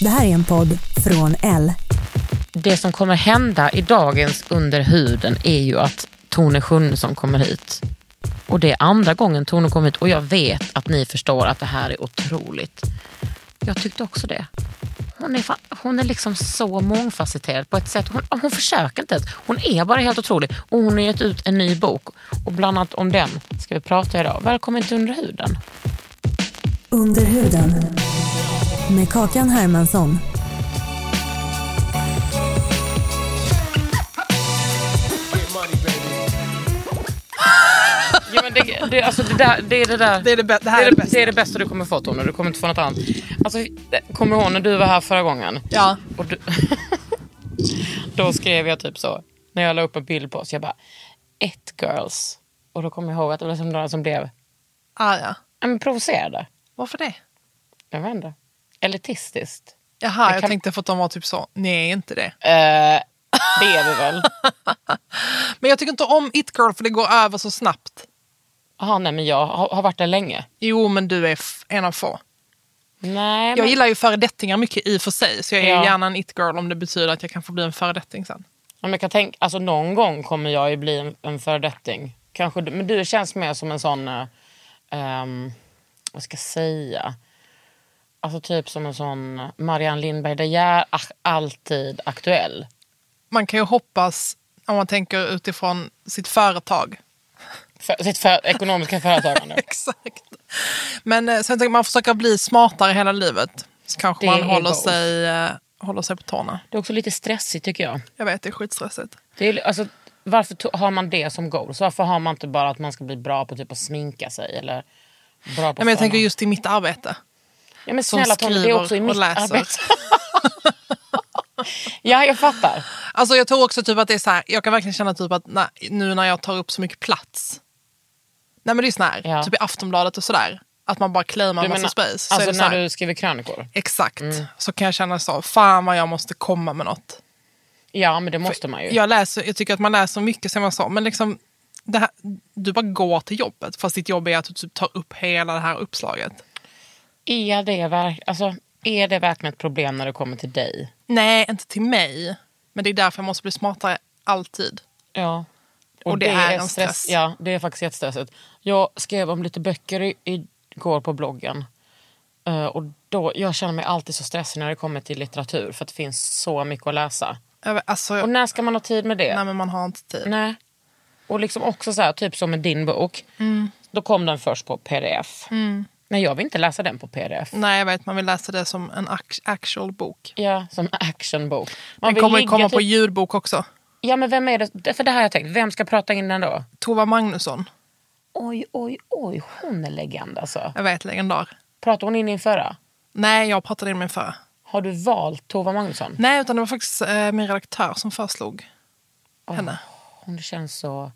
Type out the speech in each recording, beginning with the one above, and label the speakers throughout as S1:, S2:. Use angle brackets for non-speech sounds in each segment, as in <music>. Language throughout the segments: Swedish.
S1: Det här är en podd från L.
S2: Det som kommer hända i dagens Under huden är ju att Tone Schunnesson kommer hit. Och det är andra gången Tone kommer hit och jag vet att ni förstår att det här är otroligt. Jag tyckte också det. Hon är, fa- hon är liksom så mångfacetterad på ett sätt. Hon, hon försöker inte ens. Hon är bara helt otrolig. Och hon har gett ut en ny bok. Och bland annat om den ska vi prata idag. Välkommen till Under huden.
S1: Under huden. Med Kakan Hermansson.
S2: Ja, men det, det, alltså det, där, det är det där.
S3: är det, bä- det
S2: Det
S3: här
S2: är det, det är det bästa du kommer få Tone, du kommer inte få något annat. Alltså, det- kommer du ihåg när du var här förra gången?
S3: Ja.
S2: Och du, <laughs> då skrev jag typ så, när jag la upp en bild på oss, jag bara ett girls. Och då kommer jag ihåg att det var liksom några som blev
S4: Ah, ja.
S2: ja, men provocerade.
S4: Varför det?
S2: Jag vet inte. Elitistiskt.
S4: Jaha, jag
S2: kan-
S4: tänkte för att de var typ så. Nej, inte det.
S2: Eh, det är vi väl?
S4: Men jag tycker inte om It Girl för det går över så snabbt.
S2: Jaha, nej men jag har, har varit där länge.
S4: Jo, men du är f- en av få.
S2: Nej, men,
S4: Jag gillar ju föredettingar mycket i och för sig, så jag är
S2: Ja.
S4: gärna en It Girl om det betyder att jag kan få bli en föredetting sen.
S2: Ja, men jag kan tänka, alltså någon gång kommer jag ju bli en, en föredetting. Kanske, du- men du känns mer som en sån, eh, ehm, vad ska jag säga? Alltså typ som en sån Marianne Lindberg De Geer, ach, alltid aktuell.
S4: Man kan ju hoppas, om man tänker utifrån sitt företag. <laughs>
S2: För, sitt för, ekonomiska företagande.
S4: Exakt. Men eh, sen tänker man försöker bli smartare hela livet. Så kanske
S2: Det
S4: man
S2: är
S4: håller
S2: goals.
S4: sig, eh, håller sig på tårna.
S2: Det är också lite stressigt tycker jag.
S4: Jag vet, det är skitstressigt.
S2: Det är, alltså, varför to- har man det som goal? Så varför har man inte bara att man ska bli bra på typ att sminka sig? Eller bra på
S4: Ja, men jag tänker
S2: såna-
S4: just i mitt arbete.
S2: Ja, men
S4: som
S2: snälla, Tony, det är
S4: skriver
S2: också i
S4: och
S2: mitt
S4: läser.
S2: arbete. <laughs> ja, jag fattar.
S4: Alltså jag tror också typ att det är så här, jag kan verkligen känna typ att nej, nu när jag tar upp så mycket plats. Nej men det är ju sån här,
S2: Ja.
S4: typ i Aftonbladet och sådär. Att man bara claimar
S2: Du
S4: massa
S2: menar,
S4: space. Så är
S2: alltså
S4: det så här,
S2: när du Mm. skriver krönikor?
S4: Exakt. Så kan jag känna så, fan vad jag måste komma med något.
S2: Ja, men det måste man ju.
S4: Jag, läser, jag tycker att man läser mycket som man sa, men liksom det här, du bara går till jobbet fast ditt jobb är att du typ tar upp hela det här uppslaget.
S2: Är, det verk, alltså, är det verkligen ett problem när det kommer till dig?
S4: Nej, inte till mig. Men det är därför jag måste bli smartare alltid.
S2: Ja.
S4: Och det är en stress.
S2: Ja, det är faktiskt jättestressigt. Jag skrev om lite böcker i, igår på bloggen. Eh, och då, jag känner mig alltid så stressig när det kommer till litteratur för att det finns så mycket att läsa.
S4: Jag vet, Alltså,
S2: Och när ska man ha tid med det?
S4: nej men man har inte tid.
S2: Nej. Och liksom också så här, typ som med din bok.
S4: Mm.
S2: Då kom den först på pdf. Men jag vill inte läsa den på pdf.
S4: Nej, jag vet. Man vill läsa det som en act- actual bok.
S2: Ja, som actionbok. Man
S4: Den
S2: vill
S4: kommer ju
S2: ligga
S4: komma på
S2: typ-
S4: ljudbok också.
S2: Ja, men vem är det? det- För det här har jag tänkt, vem ska prata in den då?
S4: Tova Magnusson.
S2: Oj, oj, oj, hon är legend alltså.
S4: Jag vet, legendar.
S2: Pratade hon in i förra?
S4: Nej, jag pratade in med förra.
S2: Har du valt Tova Magnusson?
S4: Nej, utan det var faktiskt eh, min redaktör som föreslog henne.
S2: Hon känns så,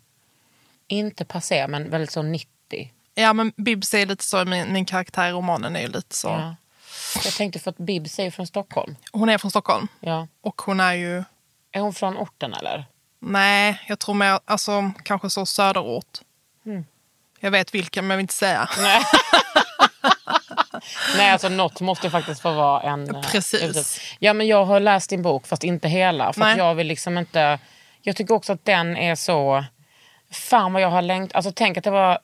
S2: inte passé, men väldigt så 90.
S4: Ja, men Bibs är lite så, min, min karaktär i romanen är ju lite så.
S2: Ja. Jag tänkte för att Bibs är ju från Stockholm.
S4: Hon är från Stockholm
S2: Ja.
S4: och hon är ju...
S2: Är hon från orten eller?
S4: Nej, jag tror mer, alltså kanske så söderort.
S2: Mm.
S4: Jag vet vilken, men jag vill inte säga.
S2: Nej, alltså något måste faktiskt få vara en... eh,
S4: Precis.
S2: utöv- Ja, men jag har läst din bok, fast inte hela. För att
S4: Nej.
S2: jag vill liksom inte... Jag tycker också att den är så... Fan vad jag har längtat. Alltså tänk att det var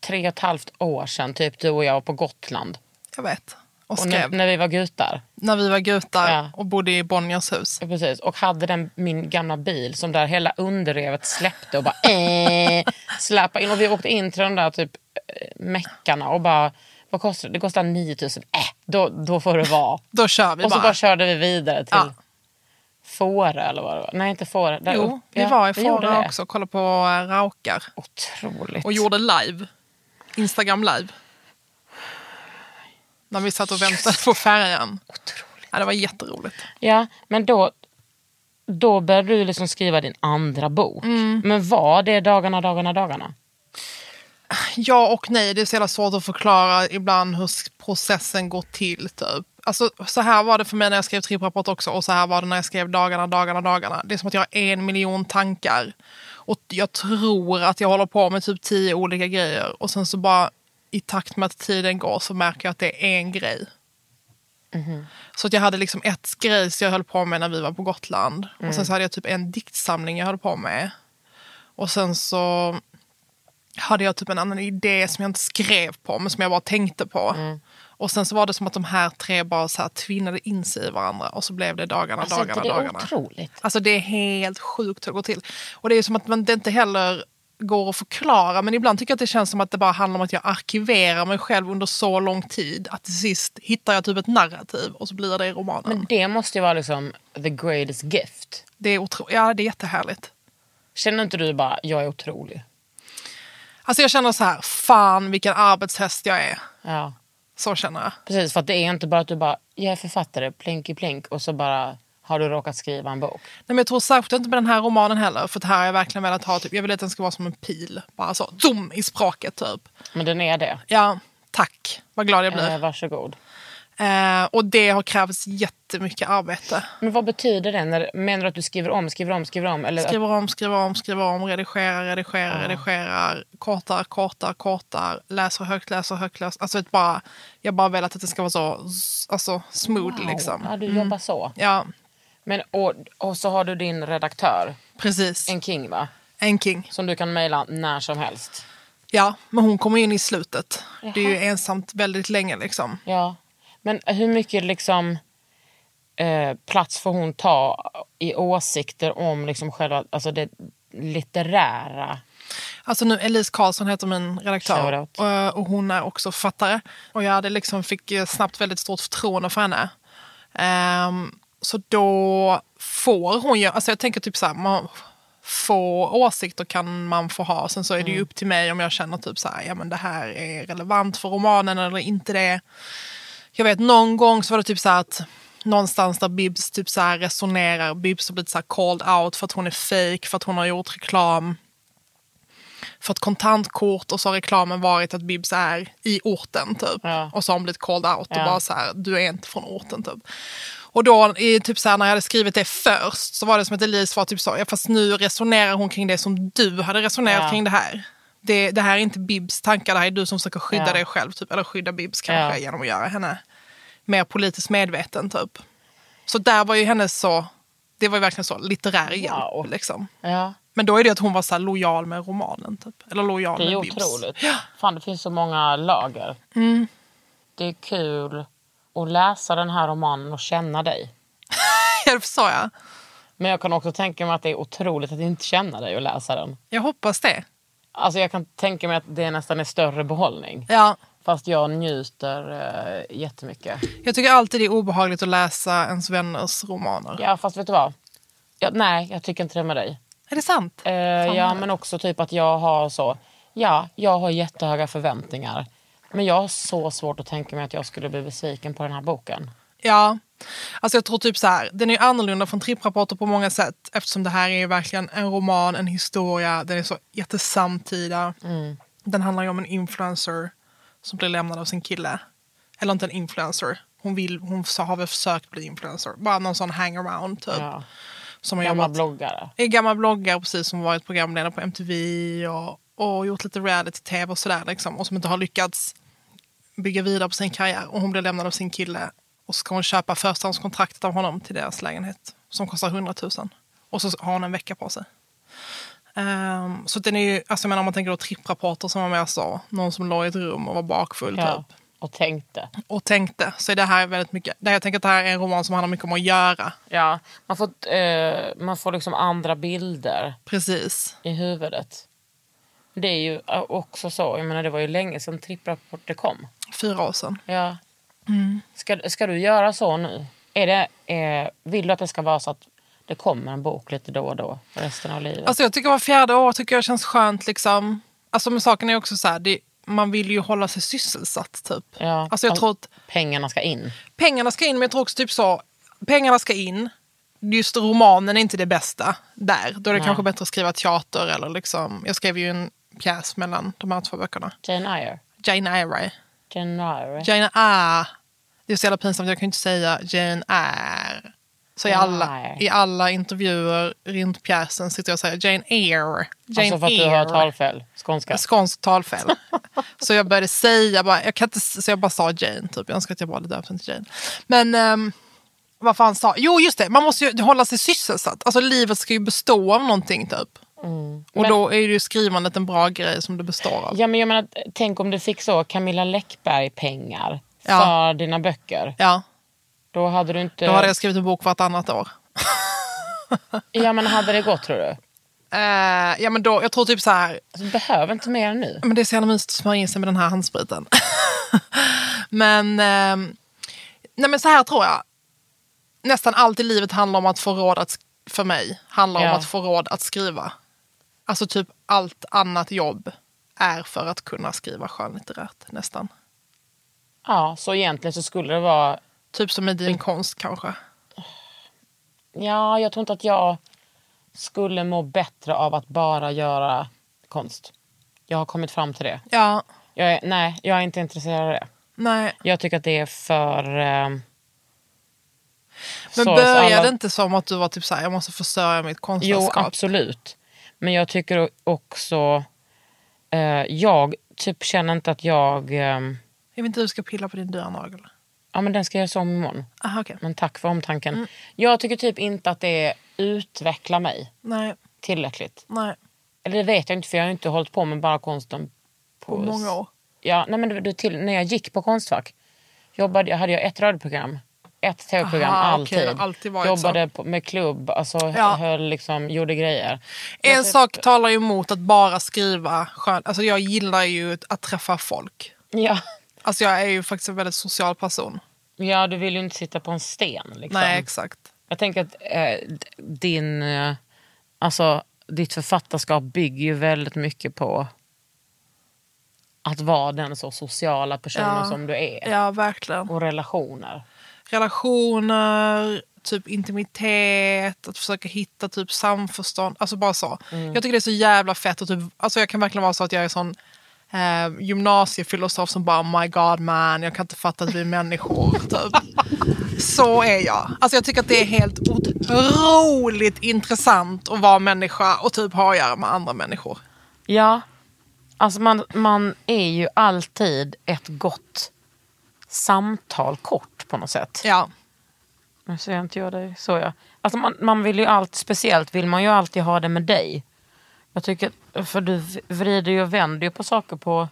S2: tre och ett halvt år sedan typ du och jag var på Gotland.
S4: Jag vet. och
S2: Och
S4: skrev.
S2: när, när vi var gutar.
S4: när vi var gutar
S2: Ja.
S4: och bodde i Bonniers hus.
S2: Ja, Precis. Och hade den, min gamla bil som där hela underrevet släppte och bara <laughs> eh, släppa in. Och vi åkte in till de där typ eh, meckarna och bara, vad kostar det? Det kostar 9000. Äh, då, då får det vara.
S4: Då kör vi
S2: och så
S4: bara.
S2: bara körde vi vidare till
S4: Ja.
S2: Fårö eller vad det var. Nej, inte Fårö. Där
S4: jo,
S2: upp.
S4: vi
S2: Ja,
S4: var i
S2: vi gjorde
S4: Fårö
S2: det.
S4: också och kollade på eh, raukar.
S2: Otroligt.
S4: Och gjorde live. Instagram live. När vi satt och väntade på färjan. Ja, det var jätteroligt.
S2: Ja, men då, då började du liksom skriva din andra bok.
S4: Mm.
S2: Men var det dagarna, dagarna, dagarna?
S4: Ja och nej, det är så jävla svårt att förklara ibland hur s- processen går till. Typ. Alltså, så här var det för mig när jag skrev tripprapport också och så här var det när jag skrev dagarna, dagarna, dagarna. Det är som att jag har en miljon tankar. Och jag tror att jag håller på med typ tio olika grejer och sen så bara i takt med att tiden går så märker jag att det är en grej. Så att jag hade liksom ett grej som jag höll på med när vi var på Gotland. Och
S2: Mm.
S4: sen så hade jag typ en diktsamling jag höll på med. Och sen så hade jag typ en annan idé som jag inte skrev på men som jag bara tänkte på.
S2: Mm.
S4: Och sen så var det som att de här tre bara så här tvinnade in sig i varandra och så blev det dagarna,
S2: Alltså,
S4: dagarna,
S2: det är
S4: dagarna.
S2: otroligt.
S4: Alltså det är helt sjukt hur det går till. Och det är som att man, det inte heller går att förklara men ibland tycker jag att det känns som att det bara handlar om att jag arkiverar mig själv under så lång tid att till sist hittar jag typ ett narrativ och så blir det i romanen.
S2: Men det måste ju vara liksom the greatest gift.
S4: det är otro- ja, det är jättehärligt.
S2: Känner inte du bara, jag är otrolig?
S4: Alltså jag känner så här, fan vilken arbetshäst jag är.
S2: Ja,
S4: Så känner jag.
S2: precis. För att det är inte bara att du bara, jag är författare, plinky plink och så bara har du råkat skriva en bok.
S4: Nej, men jag tror särskilt inte med den här romanen heller för att här har jag verkligen velat ha, typ, jag vill att den ska vara som en pil. Bara så, zoom i språket typ.
S2: Men den är det.
S4: Ja, tack. Vad glad jag blir.
S2: Eh, varsågod.
S4: Eh, och det har krävts jättemycket arbete.
S2: Men vad betyder det? När, menar du att du skriver om, skriver om, skriver om? Eller
S4: Skriver om, skriver om, skriver om, redigerar, redigerar, redigerar, kortar, kortar, kortar, läser högt, läser högt, läser. Alltså vet, bara, jag har bara velat att det ska vara så s- alltså, smooth
S2: Wow, Ja,
S4: liksom.
S2: du jobbar så.
S4: Ja,
S2: Men, och, och så har du din redaktör,
S4: precis.
S2: en king va?
S4: En king.
S2: Som du kan mejla när som helst.
S4: Ja, men hon kommer in i slutet. Det är ju
S2: Jaha.
S4: ensamt väldigt länge liksom.
S2: Ja. Men hur mycket liksom, eh, plats får hon ta i åsikter om liksom själva alltså det litterära?
S4: Alltså nu, Elise Karlsson heter min redaktör
S2: Shoutout.
S4: och, och hon är också författare. Och jag hade liksom fick eh, snabbt väldigt stort förtroende för henne. Ehm, så då får hon ju, alltså jag tänker typ så här, man får åsikter kan man få ha. Sen så är det ju upp till mig om jag känner typ så här, ja men det här är relevant för romanen eller inte det. Jag vet någon gång så var det typ så här att någonstans där Bibs typ så här resonerar, Bibs har blivit så här called out för att hon är fake, för att hon har gjort reklam för ett kontantkort och så har reklamen varit att Bibs är i orten typ.
S2: Ja.
S4: Och så har hon blivit called out och
S2: Ja.
S4: bara så här, du är inte från orten typ. Och då i, typ så här, när jag hade skrivit det först så var det som att Elise var typ så, ja, fast nu resonerar hon kring det som du hade resonerat
S2: Ja.
S4: kring det här. Det, det här är inte Bibs tankar, det här är du som försöker skydda
S2: Ja.
S4: dig själv typ, eller skydda Bibs kanske
S2: Ja.
S4: genom att göra henne mer politiskt medveten typ. Så där var ju hennes så, det var ju verkligen så litterär hjälp
S2: Wow.
S4: liksom.
S2: Ja.
S4: Men då är det att hon var så här lojal med romanen typ. Eller lojal
S2: Det är ju
S4: med Bibs.
S2: otroligt. Fan, det finns så många lager. Det är kul att läsa den här romanen och känna dig.
S4: <laughs> Ja, det sa jag.
S2: Men jag kan också tänka mig att det är otroligt att inte känna dig och läsa den.
S4: Jag hoppas det.
S2: Alltså jag kan tänka mig att det nästan är större behållning.
S4: Ja.
S2: Fast jag njuter eh, jättemycket.
S4: Jag tycker alltid det är obehagligt att läsa ens vänners romaner.
S2: Ja, fast vet du vad? Ja, nej, jag tycker inte det med dig.
S4: Är det sant?
S2: Eh, ja, men också typ att jag har så... Ja, jag har jättehöga förväntningar. Men jag har så svårt att tänka mig att jag skulle bli besviken på den här boken.
S4: Ja. Alltså jag tror typ så här, den är ju annorlunda från tripprapporter på många sätt eftersom det här är ju verkligen en roman, en historia, den är så jättesamtida.
S2: Mm.
S4: Den handlar ju om en influencer som blir lämnad av sin kille. Eller inte en influencer, hon, vill, hon så har väl försökt bli influencer. Bara någon sån hangaround typ.
S2: Ja.
S4: Som har
S2: Gammal
S4: jobbat
S2: bloggare.
S4: är gammal bloggare precis som varit programledare på MTV och, och gjort lite reality-tv och sådär liksom, och som inte har lyckats bygga vidare på sin karriär och hon blir lämnad av sin kille och så ska hon köpa förstahandskontraktet av honom till deras lägenhet som kostar 100 000 och så har hon en vecka på sig. Ehm, så den är ju, alltså jag menar om man tänker då tripprapporter som var med så, någon som låg i ett rum och var bakfull
S2: Ja.
S4: typ.
S2: och tänkte.
S4: och tänkte. Så det här är väldigt mycket, det här, jag tänker att det här är en roman som handlar mycket om att göra.
S2: Ja, man får, eh, man får liksom andra bilder
S4: Precis.
S2: i huvudet. Det är ju eh, också så, jag menar det var ju länge sedan tripprapporter kom.
S4: Fyra år sedan.
S2: Ja.
S4: Mm.
S2: Ska, ska du göra så nu? Är det, eh, vill du att det ska vara så att det kommer en bok lite då och då resten av livet?
S4: Alltså jag tycker var fjärde år tycker jag känns skönt liksom. Alltså men saken är också så här, det, man vill ju hålla sig sysselsatt typ.
S2: ja,
S4: Alltså jag
S2: att
S4: tror att
S2: pengarna ska in.
S4: pengarna ska in, men jag tror också typ så, pengarna ska in. Just romanen är inte det bästa där. Då är det
S2: Nej.
S4: kanske bättre att skriva teater eller liksom, jag skrev ju en pjäs mellan de här två böckerna.
S2: Jane Eyre.
S4: Jane Eyre.
S2: Jane Eyre.
S4: Jane Eyre. Det är så jävla pinsamt, jag kan ju inte säga Jane Eyre. Så i alla,
S2: Eyre.
S4: i alla intervjuer runt pjäsen sitter jag och säger Jane Eyre. Jane
S2: alltså för att du har
S4: Eyre.
S2: talfel. Skånska.
S4: Skånskt talfel. så jag började säga, bara, jag kan inte, så jag bara sa Jane, typ. jag önskar att jag bara hade döpt henne till Jane. Men ehm, vad fan sa, jo just det, man måste ju hålla sig sysselsatt. Alltså livet ska ju bestå av någonting typ. Och
S2: Men-
S4: då är ju skrivandet en bra grej som det består av.
S2: Ja, men jag menar, tänk om du fick så Camilla Läckberg-pengar
S4: Ja.
S2: för dina böcker.
S4: Ja,
S2: Då hade du inte...
S4: då hade jag skrivit en bok vartannat år.
S2: Ja, men hade det gått tror du?
S4: Eh, ja men då, jag tror typ så här,
S2: Alltså, du behöver inte mer nu.
S4: men det är så jävla mysigt att smörja in sig med den här handspriten. <laughs> men, ehm, nej men så här tror jag. Nästan allt i livet handlar om att få råd att, sk- för mig, handlar
S2: Ja.
S4: om att få råd att skriva. Alltså typ allt annat jobb är för att kunna skriva skönlitterärt nästan.
S2: Ja, så egentligen så skulle det vara...
S4: Typ som i din konst kanske.
S2: Ja, jag tror inte att jag skulle må bättre av att bara göra konst. Jag har kommit fram till det.
S4: Ja,
S2: Jag är, nej, jag är inte intresserad av det.
S4: nej.
S2: Jag tycker att det är för... Eh,
S4: Men
S2: sorgs-
S4: började
S2: alla-
S4: det inte som att du var typ så här, jag måste försörja mitt
S2: Jo,
S4: konstnärskap?
S2: absolut. Men jag tycker o- också... Eh, jag typ känner inte att jag... ehm,
S4: Jag vet inte hur du ska pilla på din dyra nagel.
S2: ja, men den ska göras om imorgon.
S4: Aha, okej.
S2: Men tack för omtanken.
S4: Mm.
S2: Jag tycker typ inte att det utvecklar mig
S4: Nej,
S2: tillräckligt.
S4: nej.
S2: Eller det vet jag inte för jag har ju inte hållit på med bara konsten på,
S4: På många år.
S2: Ja, nej, men du, du, till, när jag gick på Konstfack jobbade, jag- hade jag ett radioprogram, ett tv-program,
S4: Aha, okej,
S2: alltid.
S4: det har alltid varit
S2: Jobbade på, med klubb, alltså,
S4: Ja.
S2: höll, liksom, gjorde grejer.
S4: En sak talar ju emot att bara skriva skön... Alltså jag gillar ju att träffa folk.
S2: Ja.
S4: Alltså jag är ju faktiskt en väldigt social person.
S2: ja, du vill ju inte sitta på en sten. Liksom.
S4: Nej, exakt.
S2: Jag tänker att eh, d- din, eh, alltså, ditt författarskap bygger ju väldigt mycket på att vara den så sociala personen
S4: Ja.
S2: som du är.
S4: Ja, verkligen.
S2: Och relationer.
S4: Relationer, typ intimitet, att försöka hitta typ samförstånd. Alltså bara så. Jag tycker det är så jävla fett. Och typ, alltså jag kan verkligen vara så att jag är sån eh, gymnasiefilosof som bara oh my god man, jag kan inte fatta att vi är människor. <laughs> typ. Så är jag. Alltså jag tycker att det är helt otroligt intressant att vara människa och typ ha att göra med andra människor.
S2: Ja. Alltså man, man är ju alltid ett gott samtal kort på något sätt.
S4: Ja,
S2: Nu ser jag inte jag dig så ja. Alltså man, man vill ju alltid, speciellt vill man ju alltid ha det med dig. Jag tycker, för du vrider ju och vänder ju på saker på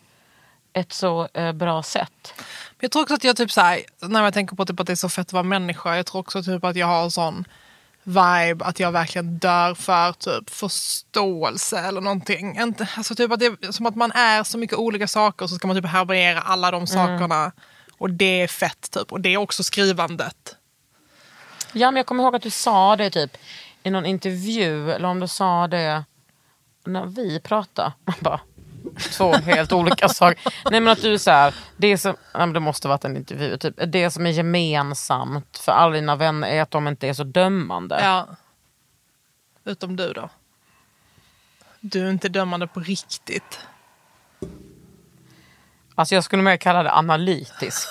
S2: ett så eh, bra sätt.
S4: Men Jag tror också att jag typ så här, när jag tänker på typ att det är så fett att vara människa, jag tror också typ att jag har en sån vibe att jag verkligen dör för typ förståelse eller någonting. Inte, alltså typ att det är som att man är så mycket olika saker så ska man typ härbärgera alla de sakerna. Och det är fett typ. Och det är också skrivandet.
S2: Ja, men jag kommer ihåg att du sa det typ i någon intervju, eller om du sa det när vi pratade. <laughs> Man bara, två helt olika saker. Nej men att du såhär, det som, ja, men det måste varit en intervju, typ, det som är gemensamt för alla dina vänner är att de inte är så dömande.
S4: Ja. Utom du då. Du är inte dömande på riktigt.
S2: Alltså jag skulle mer kalla det analytisk.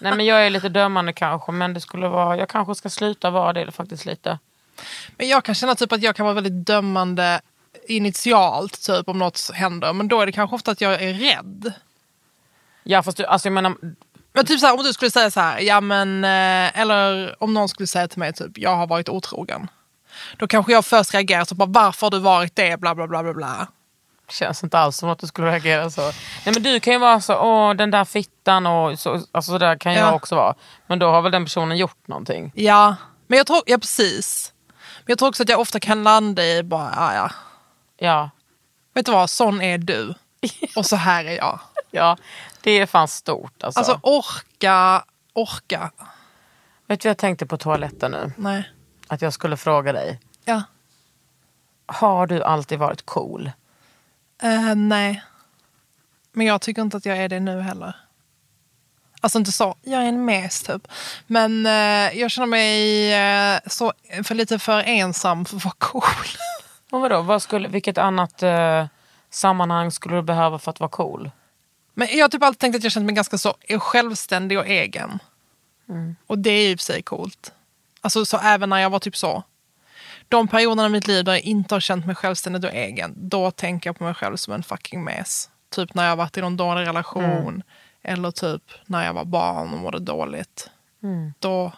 S2: Nej men jag är lite dömande kanske, men det skulle vara, jag kanske ska sluta vara det faktiskt lite.
S4: Men jag kan känna typ att jag kan vara väldigt dömande initialt typ om något händer. Men då är det kanske ofta att jag är rädd.
S2: Ja fast du, alltså jag menar,
S4: Men typ så här, om du skulle säga så här, ja men, eh, eller om någon skulle säga till mig typ, jag har varit otrogen. Då kanske jag först reagerar så bara, varför har du varit det, bla bla bla bla bla.
S2: Känns inte alls som att du skulle reagera så. Nej, men du kan ju vara så, åh den där fittan och så, alltså, så där kan
S4: Ja.
S2: jag också vara. Men då har väl den personen gjort någonting.
S4: Ja, men jag tror, ja precis. Men jag tror också att jag ofta kan landa i bara, ja, ja.
S2: Ja,
S4: Vet du vad, sån är du. Och så här är jag.
S2: ja det är fan stort alltså.
S4: Alltså orka, orka.
S2: Vet du vad jag tänkte på toaletten nu?
S4: Nej.
S2: Att jag skulle fråga dig.
S4: Ja.
S2: Har du alltid varit cool?
S4: Eh, nej. Men jag tycker inte att jag är det nu heller. Alltså inte så, jag är en mes typ. Men eh, jag känner mig eh, så, för lite för ensam för att vara cool.
S2: Och vadå, vad skulle, vilket annat eh, sammanhang skulle du behöva för att vara cool?
S4: Men jag har typ alltid tänkt att jag känt mig ganska så självständig och egen. Och det är ju i och för sig coolt. Alltså så även när jag var typ så. De perioderna i mitt liv där jag inte har känt mig självständig och egen, då tänker jag på mig själv som en fucking mes. Typ när jag har varit i någon dålig relation
S2: Mm.
S4: eller typ när jag var barn och mådde dåligt.
S2: Mm.
S4: Då,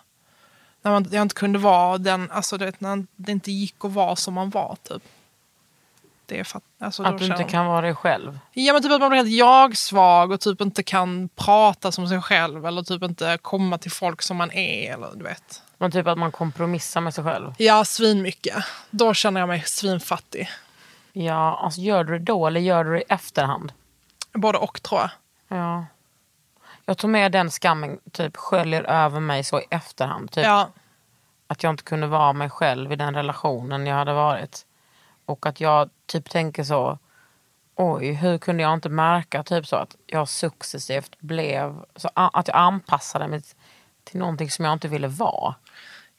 S4: när man, jag inte kunde vara den, alltså du vet när det inte gick att vara som man var typ. Det är fatt, alltså, då
S2: Att du
S4: känner
S2: inte
S4: man-
S2: kan vara dig själv?
S4: Ja men typ att man blir helt jag-svag och typ inte kan prata som sig själv eller typ inte komma till folk som man är eller du vet.
S2: Men typ att man kompromissar med sig själv?
S4: Ja, svinmycket. Då känner jag mig svinfattig.
S2: Ja, alltså gör du det då eller gör du det i efterhand?
S4: Både och tror jag.
S2: Ja. Jag tog med den skammen, typ sköljer över mig så i efterhand. Typ
S4: Ja,
S2: att jag inte kunde vara mig själv i den relationen jag hade varit. Och att jag typ tänker så, oj hur kunde jag inte märka typ så att jag successivt blev, så a- att jag anpassade mig till någonting som jag inte ville vara.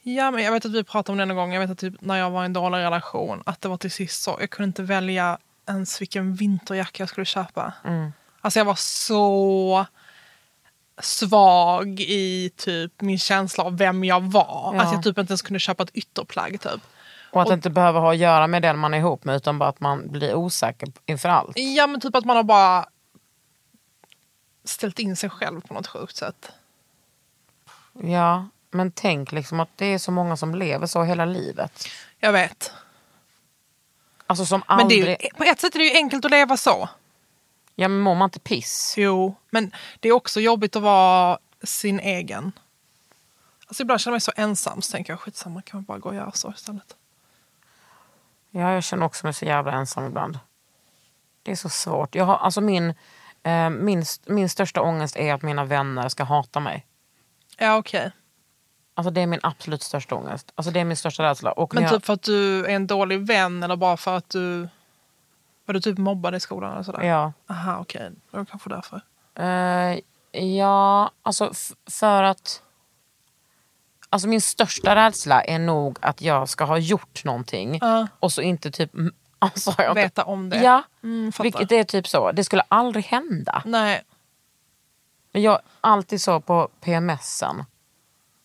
S4: ja men jag vet att vi pratade om det någon gång. Jag vet att typ när jag var i en dålig relation att det var till sist så. Jag kunde inte välja ens vilken vinterjacka jag skulle köpa. Alltså jag var så svag i typ min känsla av vem jag var.
S2: Ja.
S4: Att jag typ inte ens kunde köpa ett ytterplagg typ.
S2: Och att det inte behöver ha att göra med den man är ihop med utan bara att man blir osäker inför allt.
S4: Ja men typ att man har bara ställt in sig själv på något sjukt sätt.
S2: Ja, men tänk liksom att det är så många som lever så hela livet.
S4: Jag vet.
S2: Alltså som
S4: Men
S2: aldrig...
S4: det är ju, på ett sätt är det ju enkelt att leva så.
S2: Ja, men mår man inte piss?
S4: Jo, men det är också jobbigt att vara sin egen. Alltså ibland känner jag mig så ensam så tänker jag skitsamma kan man bara gå och göra så istället.
S2: Ja, jag känner också mig så jävla ensam ibland. Det är så svårt. Jag har, alltså min, eh, min, min största ångest är att mina vänner ska hata mig.
S4: Ja okej.
S2: Alltså det är min absolut största ångest. Alltså det är min största rädsla. Och
S4: Men
S2: när
S4: typ för att du är en dålig vän eller bara för att du var du typ mobbad i skolan eller sådär?
S2: jag, ja,
S4: Aha okej, det var kanske därför.
S2: Eh, ja, alltså f- för att... Alltså min största rädsla är nog att jag ska ha gjort någonting
S4: Ja.
S2: och så inte typ... <laughs> mm, Alltså har jag inte-
S4: Veta om det.
S2: Ja,
S4: Mm, fattar.
S2: vilket är typ så. Det skulle aldrig hända.
S4: Nej,
S2: Men jag alltid så på PMSen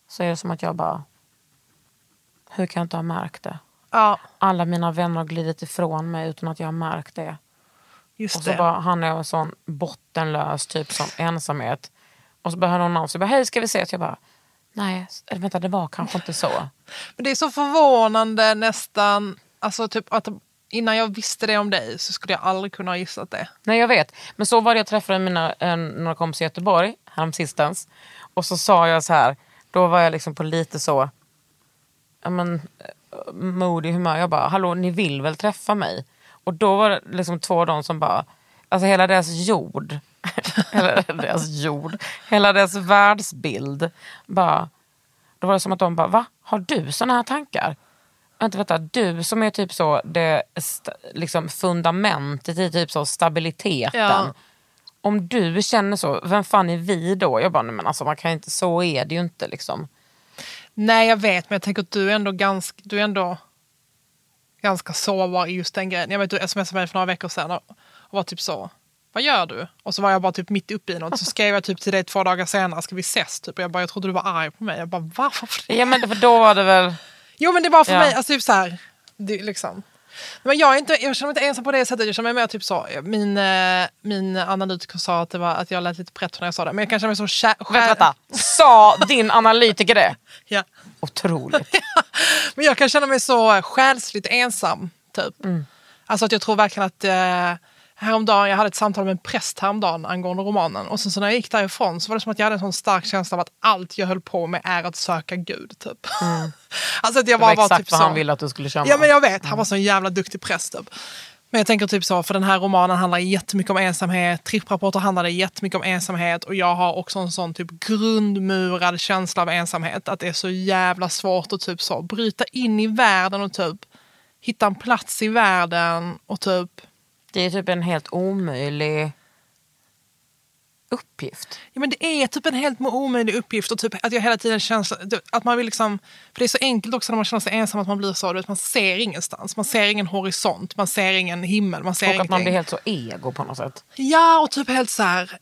S2: så är det som att jag bara... Hur kan jag inte ha märkt det?
S4: ja
S2: Alla mina vänner har glidit ifrån mig utan att jag har märkt det.
S4: just
S2: Och så
S4: det.
S2: bara hamnar jag i en sån bottenlös typ som ensamhet. Och så börjar någon av sig bara, hej ska vi ses? Jag bara, nej, eller vänta det var kanske inte så.
S4: Men det är så förvånande nästan. Alltså typ att innan jag visste det om dig så skulle jag aldrig kunna ha gissat det.
S2: Nej jag vet. Men så var det jag träffade mina, eh, några kompisar i Göteborg häromsistens. Och så sa jag så här, då var jag liksom på lite så, ja men eh, modig humör. Jag bara, hallå ni vill väl träffa mig? Och då var det liksom två av dem som bara, alltså hela deras jord, <laughs> hela deras jord, hela deras världsbild bara, då var det som att de bara, va? Har du såna här tankar? Vänta, vänta, du som är typ så det st- liksom fundamentet i typ så stabiliteten.
S4: Ja.
S2: Om du känner så, vem fan är vi då? Jag bara, nej men alltså man kan inte, så är det ju inte liksom.
S4: Nej jag vet men jag tänker att du är ändå ganska, du är ändå ganska sårbar i just den grejen. Jag vet du smsade mig för några veckor sedan och och var typ så. Vad gör du? Och så var jag bara typ mitt uppe i något. Så skrev jag typ till dig två dagar senare, ska vi ses? Typ. Och jag bara, jag trodde du var arg på mig. Jag bara, va? Varför det?
S2: Ja men för då var det väl,
S4: Jo men det var för
S2: Ja.
S4: mig, alltså typ så här, det, liksom. Men jag, är inte, jag känner mig inte ensam på det sättet, jag känner mig mer typ så, min, eh, min analytiker sa att, det var, att jag lät lite pretto när jag sa det, men jag kan känna mig så kär...
S2: vänta, vänta. sa din analytiker det?
S4: Ja.
S2: Otroligt.
S4: Men
S2: Mm.
S4: jag kan känna mig så själsligt ensam, typ. Alltså att jag tror verkligen att eh, häromdagen, jag hade ett samtal med en präst häromdagen angående romanen och sen så när jag gick därifrån så var det som att jag hade en sån stark känsla av att allt jag höll på med är att söka Gud typ. <laughs> alltså
S2: Mm.
S4: att jag
S2: Det var
S4: bara var
S2: exakt
S4: typ
S2: vad
S4: så.
S2: han ville att du skulle känna.
S4: Ja men jag vet, han var så en jävla duktig präst. Typ. Men jag tänker typ så, för den här romanen handlar jättemycket om ensamhet, tripprapporter handlade jättemycket om ensamhet och jag har också en sån typ grundmurad känsla av ensamhet. Att det är så jävla svårt att typ så bryta in i världen och typ hitta en plats i världen och typ
S2: Det är typ en helt omöjlig uppgift.
S4: Ja, men det är typ en helt omöjlig uppgift och typ att jag hela tiden känns att man vill liksom, för det är så enkelt också när man känner sig ensam att man blir så, du vet, man ser ingenstans, man ser ingen horisont, man ser ingen himmel, man ser
S2: Och
S4: ingenting.
S2: att man blir helt så ego på något sätt.
S4: Ja, och typ helt så här.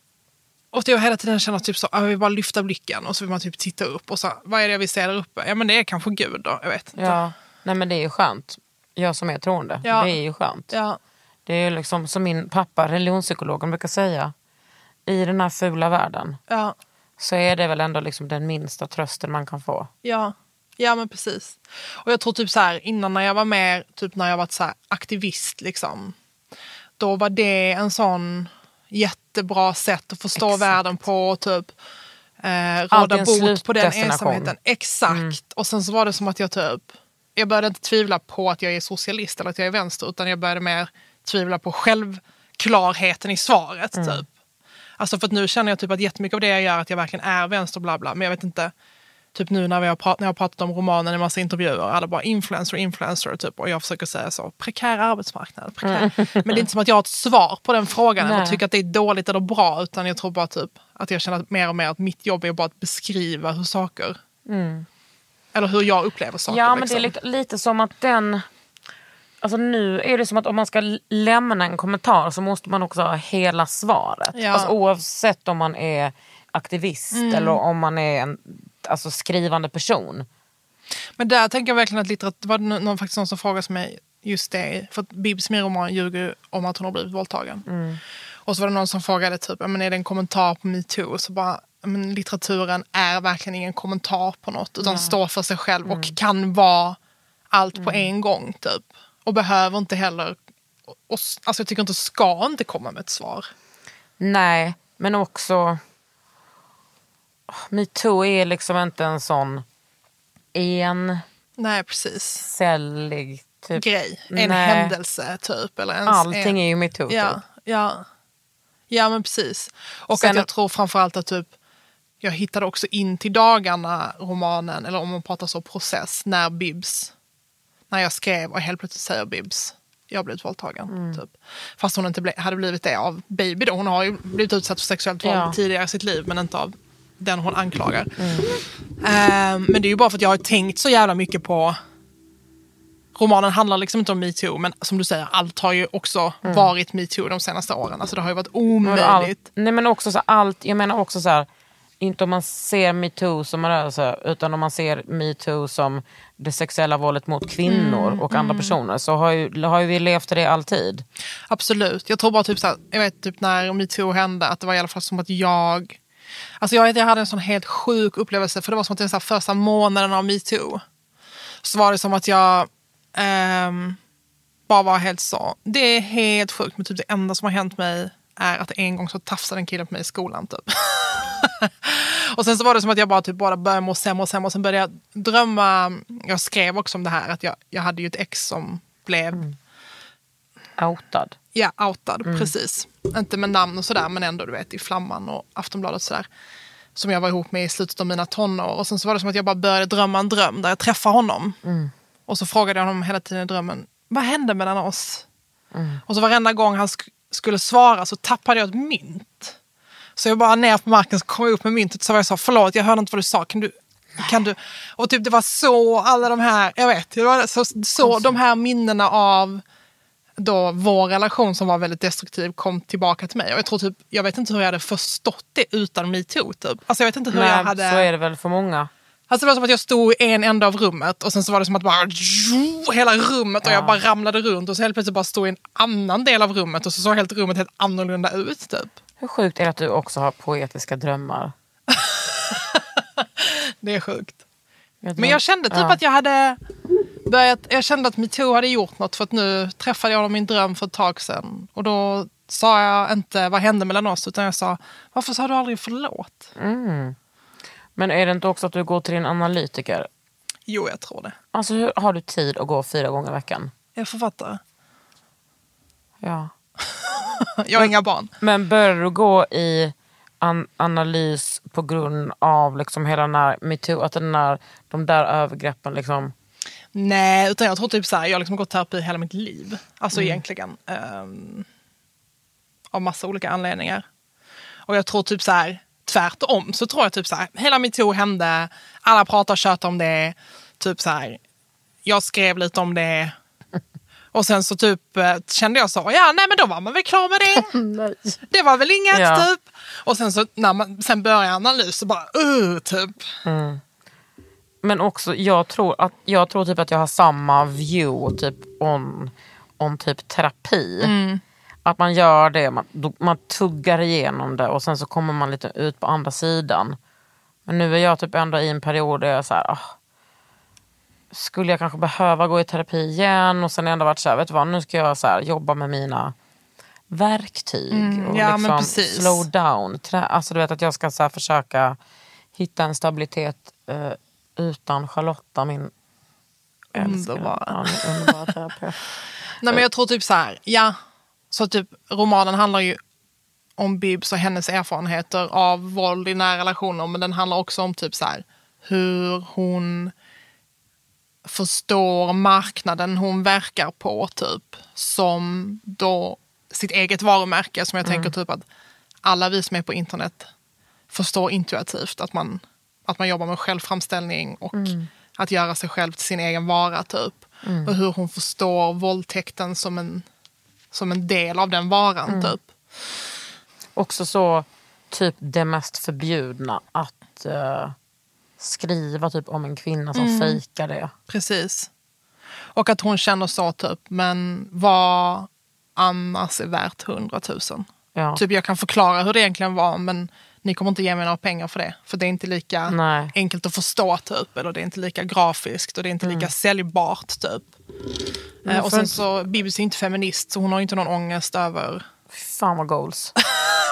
S4: Och jag hela tiden känner typ så, jag vill bara lyfta blicken och så vill man typ titta upp och så, vad är det vi ser där uppe? Ja men det är kanske Gud då, jag vet inte.
S2: Ja. Nej men det är ju skönt. Jag som är troende.
S4: Ja.
S2: Det är ju skönt.
S4: Ja.
S2: Det är ju liksom som min pappa, religionspsykologen, brukar säga. I den här fula världen
S4: ja.
S2: så är det väl ändå liksom den minsta trösten man kan få.
S4: Ja, ja men precis. Och jag tror typ så här, innan när jag var mer, typ när jag var så här aktivist liksom, då var det en sån jättebra sätt att förstå
S2: Exakt.
S4: världen på och typ eh,
S2: Alltid
S4: råda
S2: en
S4: bot på den
S2: slutdestination. Mm.
S4: ensamheten. Exakt. Och sen så var det som att jag typ, jag började inte tvivla på att jag är socialist eller att jag är vänster utan jag började mer tvivla på självklarheten i svaret
S2: Mm.
S4: typ. Alltså för att nu känner jag typ att jättemycket av det jag gör att jag verkligen är vänster bla bla men jag vet inte Typ nu när, vi har prat, när jag har pratat om romanen i massa intervjuer, alla bara influencer, influencer typ. Och jag försöker säga så, prekär arbetsmarknad, prekär. <laughs> Men det är inte som att jag har ett svar på den frågan eller
S2: Mm. Nej.
S4: tycker att det är dåligt eller bra. Utan jag tror bara typ att jag känner att mer och mer att mitt jobb är bara att beskriva hur saker, eller hur jag upplever saker.
S2: Mm. Ja, men
S4: liksom.
S2: det är lite, lite som att den... Alltså nu är det som att om man ska l- lämna en kommentar så måste man också ha hela svaret.
S4: Ja. Mm.
S2: Alltså, oavsett om man är aktivist eller om man är en alltså, skrivande person.
S4: Men där tänker jag verkligen att litterat, var det nå- någon, faktiskt någon som frågade mig just det, för att Bibs min roman ljuger ju om att hon har blivit våldtagen.
S2: Mm.
S4: Och så var det någon som frågade typ, "Ja, men är det en kommentar på metoo? Och Så bara, "Ja, men litteraturen är verkligen ingen kommentar på något utan står för sig själv
S2: Mm.
S4: och kan vara allt på en gång typ. Och behöver inte heller, och, och, s- alltså jag tycker inte ska inte komma med ett svar.
S2: Nej, men också... Ah, Metoo är liksom inte en sån encellig
S4: Nej precis.
S2: typ.
S4: Grej, en
S2: Nej.
S4: händelse typ. Eller ens en...
S2: Allting är ju metoo.
S4: Ja,
S2: Typ.
S4: ja. ja men precis. Och
S2: Sen-
S4: att jag tror framförallt att typ, jag hittade också in till dagarna romanen, eller om man pratar så process, när Bibs, när jag skrev och helt plötsligt säger Bibs, jag har blivit våldtagen. Typ. Fast hon inte ble, hade blivit det av Baby då. Hon har ju blivit utsatt för sexuellt våld
S2: Ja.
S4: tidigare i sitt liv men inte av den hon anklagar. Ehm, men det är ju bara för att jag har tänkt så jävla mycket på romanen handlar liksom inte om metoo, men som du säger, allt har ju också varit metoo de senaste åren. Alltså Mm. det har ju varit
S2: Men
S4: omöjligt.
S2: Allt, nej men också så här, allt, jag menar också så här, inte om man ser metoo som en rörelse, utan om man ser metoo som det sexuella våldet mot kvinnor
S4: Mm,
S2: och andra personer, så har ju, har ju vi levt i det alltid.
S4: Absolut. Jag tror bara typ så här, jag vet typ när metoo hände, att det var i alla fall som att jag... Alltså jag vet, jag hade en sån helt sjuk upplevelse, för det var som att den så här första månaden av metoo, så var det som att jag ehm, bara var helt så, det är helt sjukt, men typ det enda som har hänt mig är att en gång så tafsade en kille på mig i skolan typ. <laughs> Och sen så var det som att jag bara typ bara började må sämre och sämre och sen började jag drömma, jag skrev också om det här att jag, jag hade ju ett ex som blev
S2: Outad.
S4: Ja, outad, precis. Inte med namn och sådär, men ändå du vet i Flamman och Aftonbladet och sådär. Som jag var ihop med i slutet av mina tonår. Och sen så var det som att jag bara började drömma en dröm där jag träffade honom. Och så frågade jag honom hela tiden i drömmen, vad hände mellan oss?
S2: Mm.
S4: Och så varenda gång han sk- skulle svara så tappade jag ett mynt. Så jag bara ner på marken, så kom jag upp med myntet så var jag så förlåt jag hörde inte vad du sa, kan du, kan du? Och typ det var så, alla de här, jag vet, det var så, så de här minnena av då vår relation som var väldigt destruktiv kom tillbaka till mig. Och jag tror typ, jag vet inte hur jag hade förstått det utan metoo typ. Alltså jag vet inte hur jag
S2: Men
S4: hade...
S2: så är det väl för många.
S4: Alltså det var som att jag stod i en ända av rummet och sen så var det som att bara hela rummet och jag bara ramlade runt och så helt plötsligt bara stod i en annan del av rummet och så såg helt rummet helt annorlunda ut typ.
S2: Hur sjukt är det att du också har poetiska drömmar?
S4: Det är sjukt.
S2: Jag
S4: Men jag kände typ att jag hade börjat, jag kände att metoo hade gjort något för att nu träffade jag honom i en dröm för ett tag sedan och då sa jag inte vad hände mellan oss utan jag sa varför sa du aldrig förlåt?
S2: Men är det inte också att du går till din analytiker?
S4: Jo, jag tror det.
S2: Alltså hur har du tid att gå fyra gånger i veckan?
S4: Jag är författare.
S2: Ja.
S4: Jag har inga barn.
S2: Men började du gå i an- analys på grund av liksom hela den här metoo, att den här, de där övergreppen liksom...
S4: Nej, utan jag tror typ så här, jag har liksom gått terapi hela mitt liv. Alltså egentligen. ehm, av massa olika anledningar. Och jag tror typ så här, tvärtom så tror jag typ så här, hela metoo hände, alla pratar och tjötar om det. Typ så här, jag skrev lite om det. Och sen så typ eh, kände jag så, ja nej men då var man väl klar med det. Det var väl inget
S2: Ja.
S4: typ. Och sen så när man sen börjar analys så bara, uh, typ.
S2: Men också, jag tror, att, jag tror typ att jag har samma view typ on, on typ terapi. Att man gör det, man, då- man tuggar igenom det och sen så kommer man lite ut på andra sidan. Men nu är jag typ ändå i en period där jag är så här, ah, skulle jag kanske behöva gå i terapi igen? Och sen har jag ändå varit så här, vet du vad, nu ska jag så här, jobba med mina verktyg. och
S4: Mm, ja, men
S2: liksom
S4: precis.
S2: slow down. Trä, alltså du vet att jag ska så här, försöka hitta en stabilitet eh, utan Charlotta, min älskade-
S4: Underbara.
S2: ja, min underbara terapeut.
S4: Nej men jag tror typ så här, ja. Så typ romanen handlar ju om Bibs och hennes erfarenheter av våld i nära relationer men den handlar också om typ så här hur hon förstår marknaden hon verkar på typ som då sitt eget varumärke som jag tänker typ att alla vi som är på internet förstår intuitivt att man, att man jobbar med självframställning och att göra sig själv till sin egen vara typ. Och hur hon förstår våldtäkten som en, som en del av den varan typ.
S2: Också så typ det mest förbjudna att eh, skriva typ om en kvinna som
S4: Mm.
S2: fejkar det.
S4: Precis. Och att hon känner så typ, men vad annars är värt hundratusen?
S2: Ja.
S4: Typ jag kan förklara hur det egentligen var men ni kommer inte ge mig några pengar för det. För det är inte lika
S2: Nej.
S4: enkelt att förstå typ. Eller det är inte lika grafiskt och det är
S2: Mm.
S4: inte lika säljbart typ. Eh, och
S2: för
S4: sen
S2: att-
S4: så, Bibis är inte feminist så hon har ju inte någon ångest över <laughs>
S2: Fy Fan vad goals.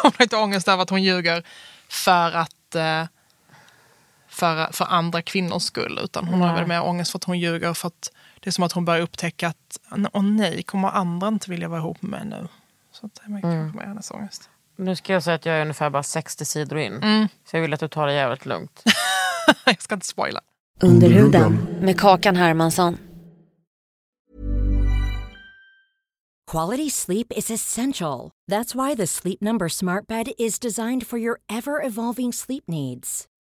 S4: hon har inte ångest över att hon ljuger för att eh, för, för andra kvinnors skull. Utan hon har
S2: Nej.
S4: väl mer ångest för att hon ljuger för att det är som att hon börjar upptäcka att åh nej, kommer andra inte vilja vara ihop med mig nu? Så att det är mycket
S2: Mm.
S4: kanske mer hennes ångest. <laughs>
S2: Nu ska jag säga att jag är ungefär bara 60 sidor in.
S4: Mm.
S2: Så jag vill att du tar det jävligt lugnt.
S4: jag ska inte spoila.
S5: Under huden.
S6: med Kakan Hermansson.
S1: Quality sleep is essential. That's why the Sleep Number Smart Bed is designed for your ever evolving sleep needs.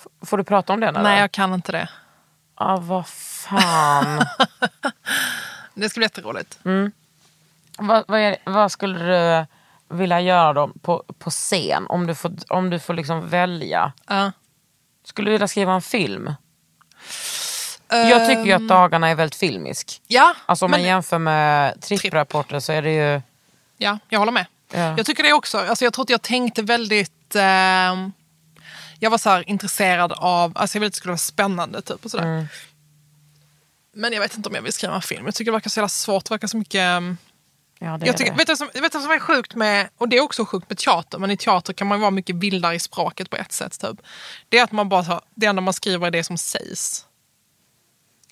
S2: F- får du prata om den? eller?
S4: nej jag kan inte det.
S2: ah, vad fan.
S4: <laughs> Det ska bli jätteroligt.
S2: Mm. vad, vad, är, vad skulle du vilja göra då på, på scen? Om du får, om du får liksom välja.
S4: Ja.
S2: Skulle du vilja skriva en film? Jag tycker ju att Dagarna är väldigt filmisk.
S4: Ehm, Ja,
S2: Alltså om
S4: men-
S2: man jämför med
S4: Tripp.
S2: tripprapporter så är det ju...
S4: Ja, jag håller med.
S2: Ja.
S4: Jag tycker det också. Alltså, jag tror att jag tänkte väldigt... ehm, jag var så här intresserad av... Alltså, jag ville att det skulle vara spännande. Typ, och sådär.
S2: Mm.
S4: Men jag vet inte om jag vill skriva en film. Jag tycker det verkar så jävla svårt. Det verkar så mycket... ehm,
S2: Ja, det
S4: jag
S2: är
S4: tycker,
S2: det.
S4: vet du vad som, vet du vad som är sjukt med... Och det är också sjukt med teater. Men i teater kan man ju vara mycket vildare i språket på ett sätt. Typ. Det är att man bara... så- Det enda man skriver är det som sägs.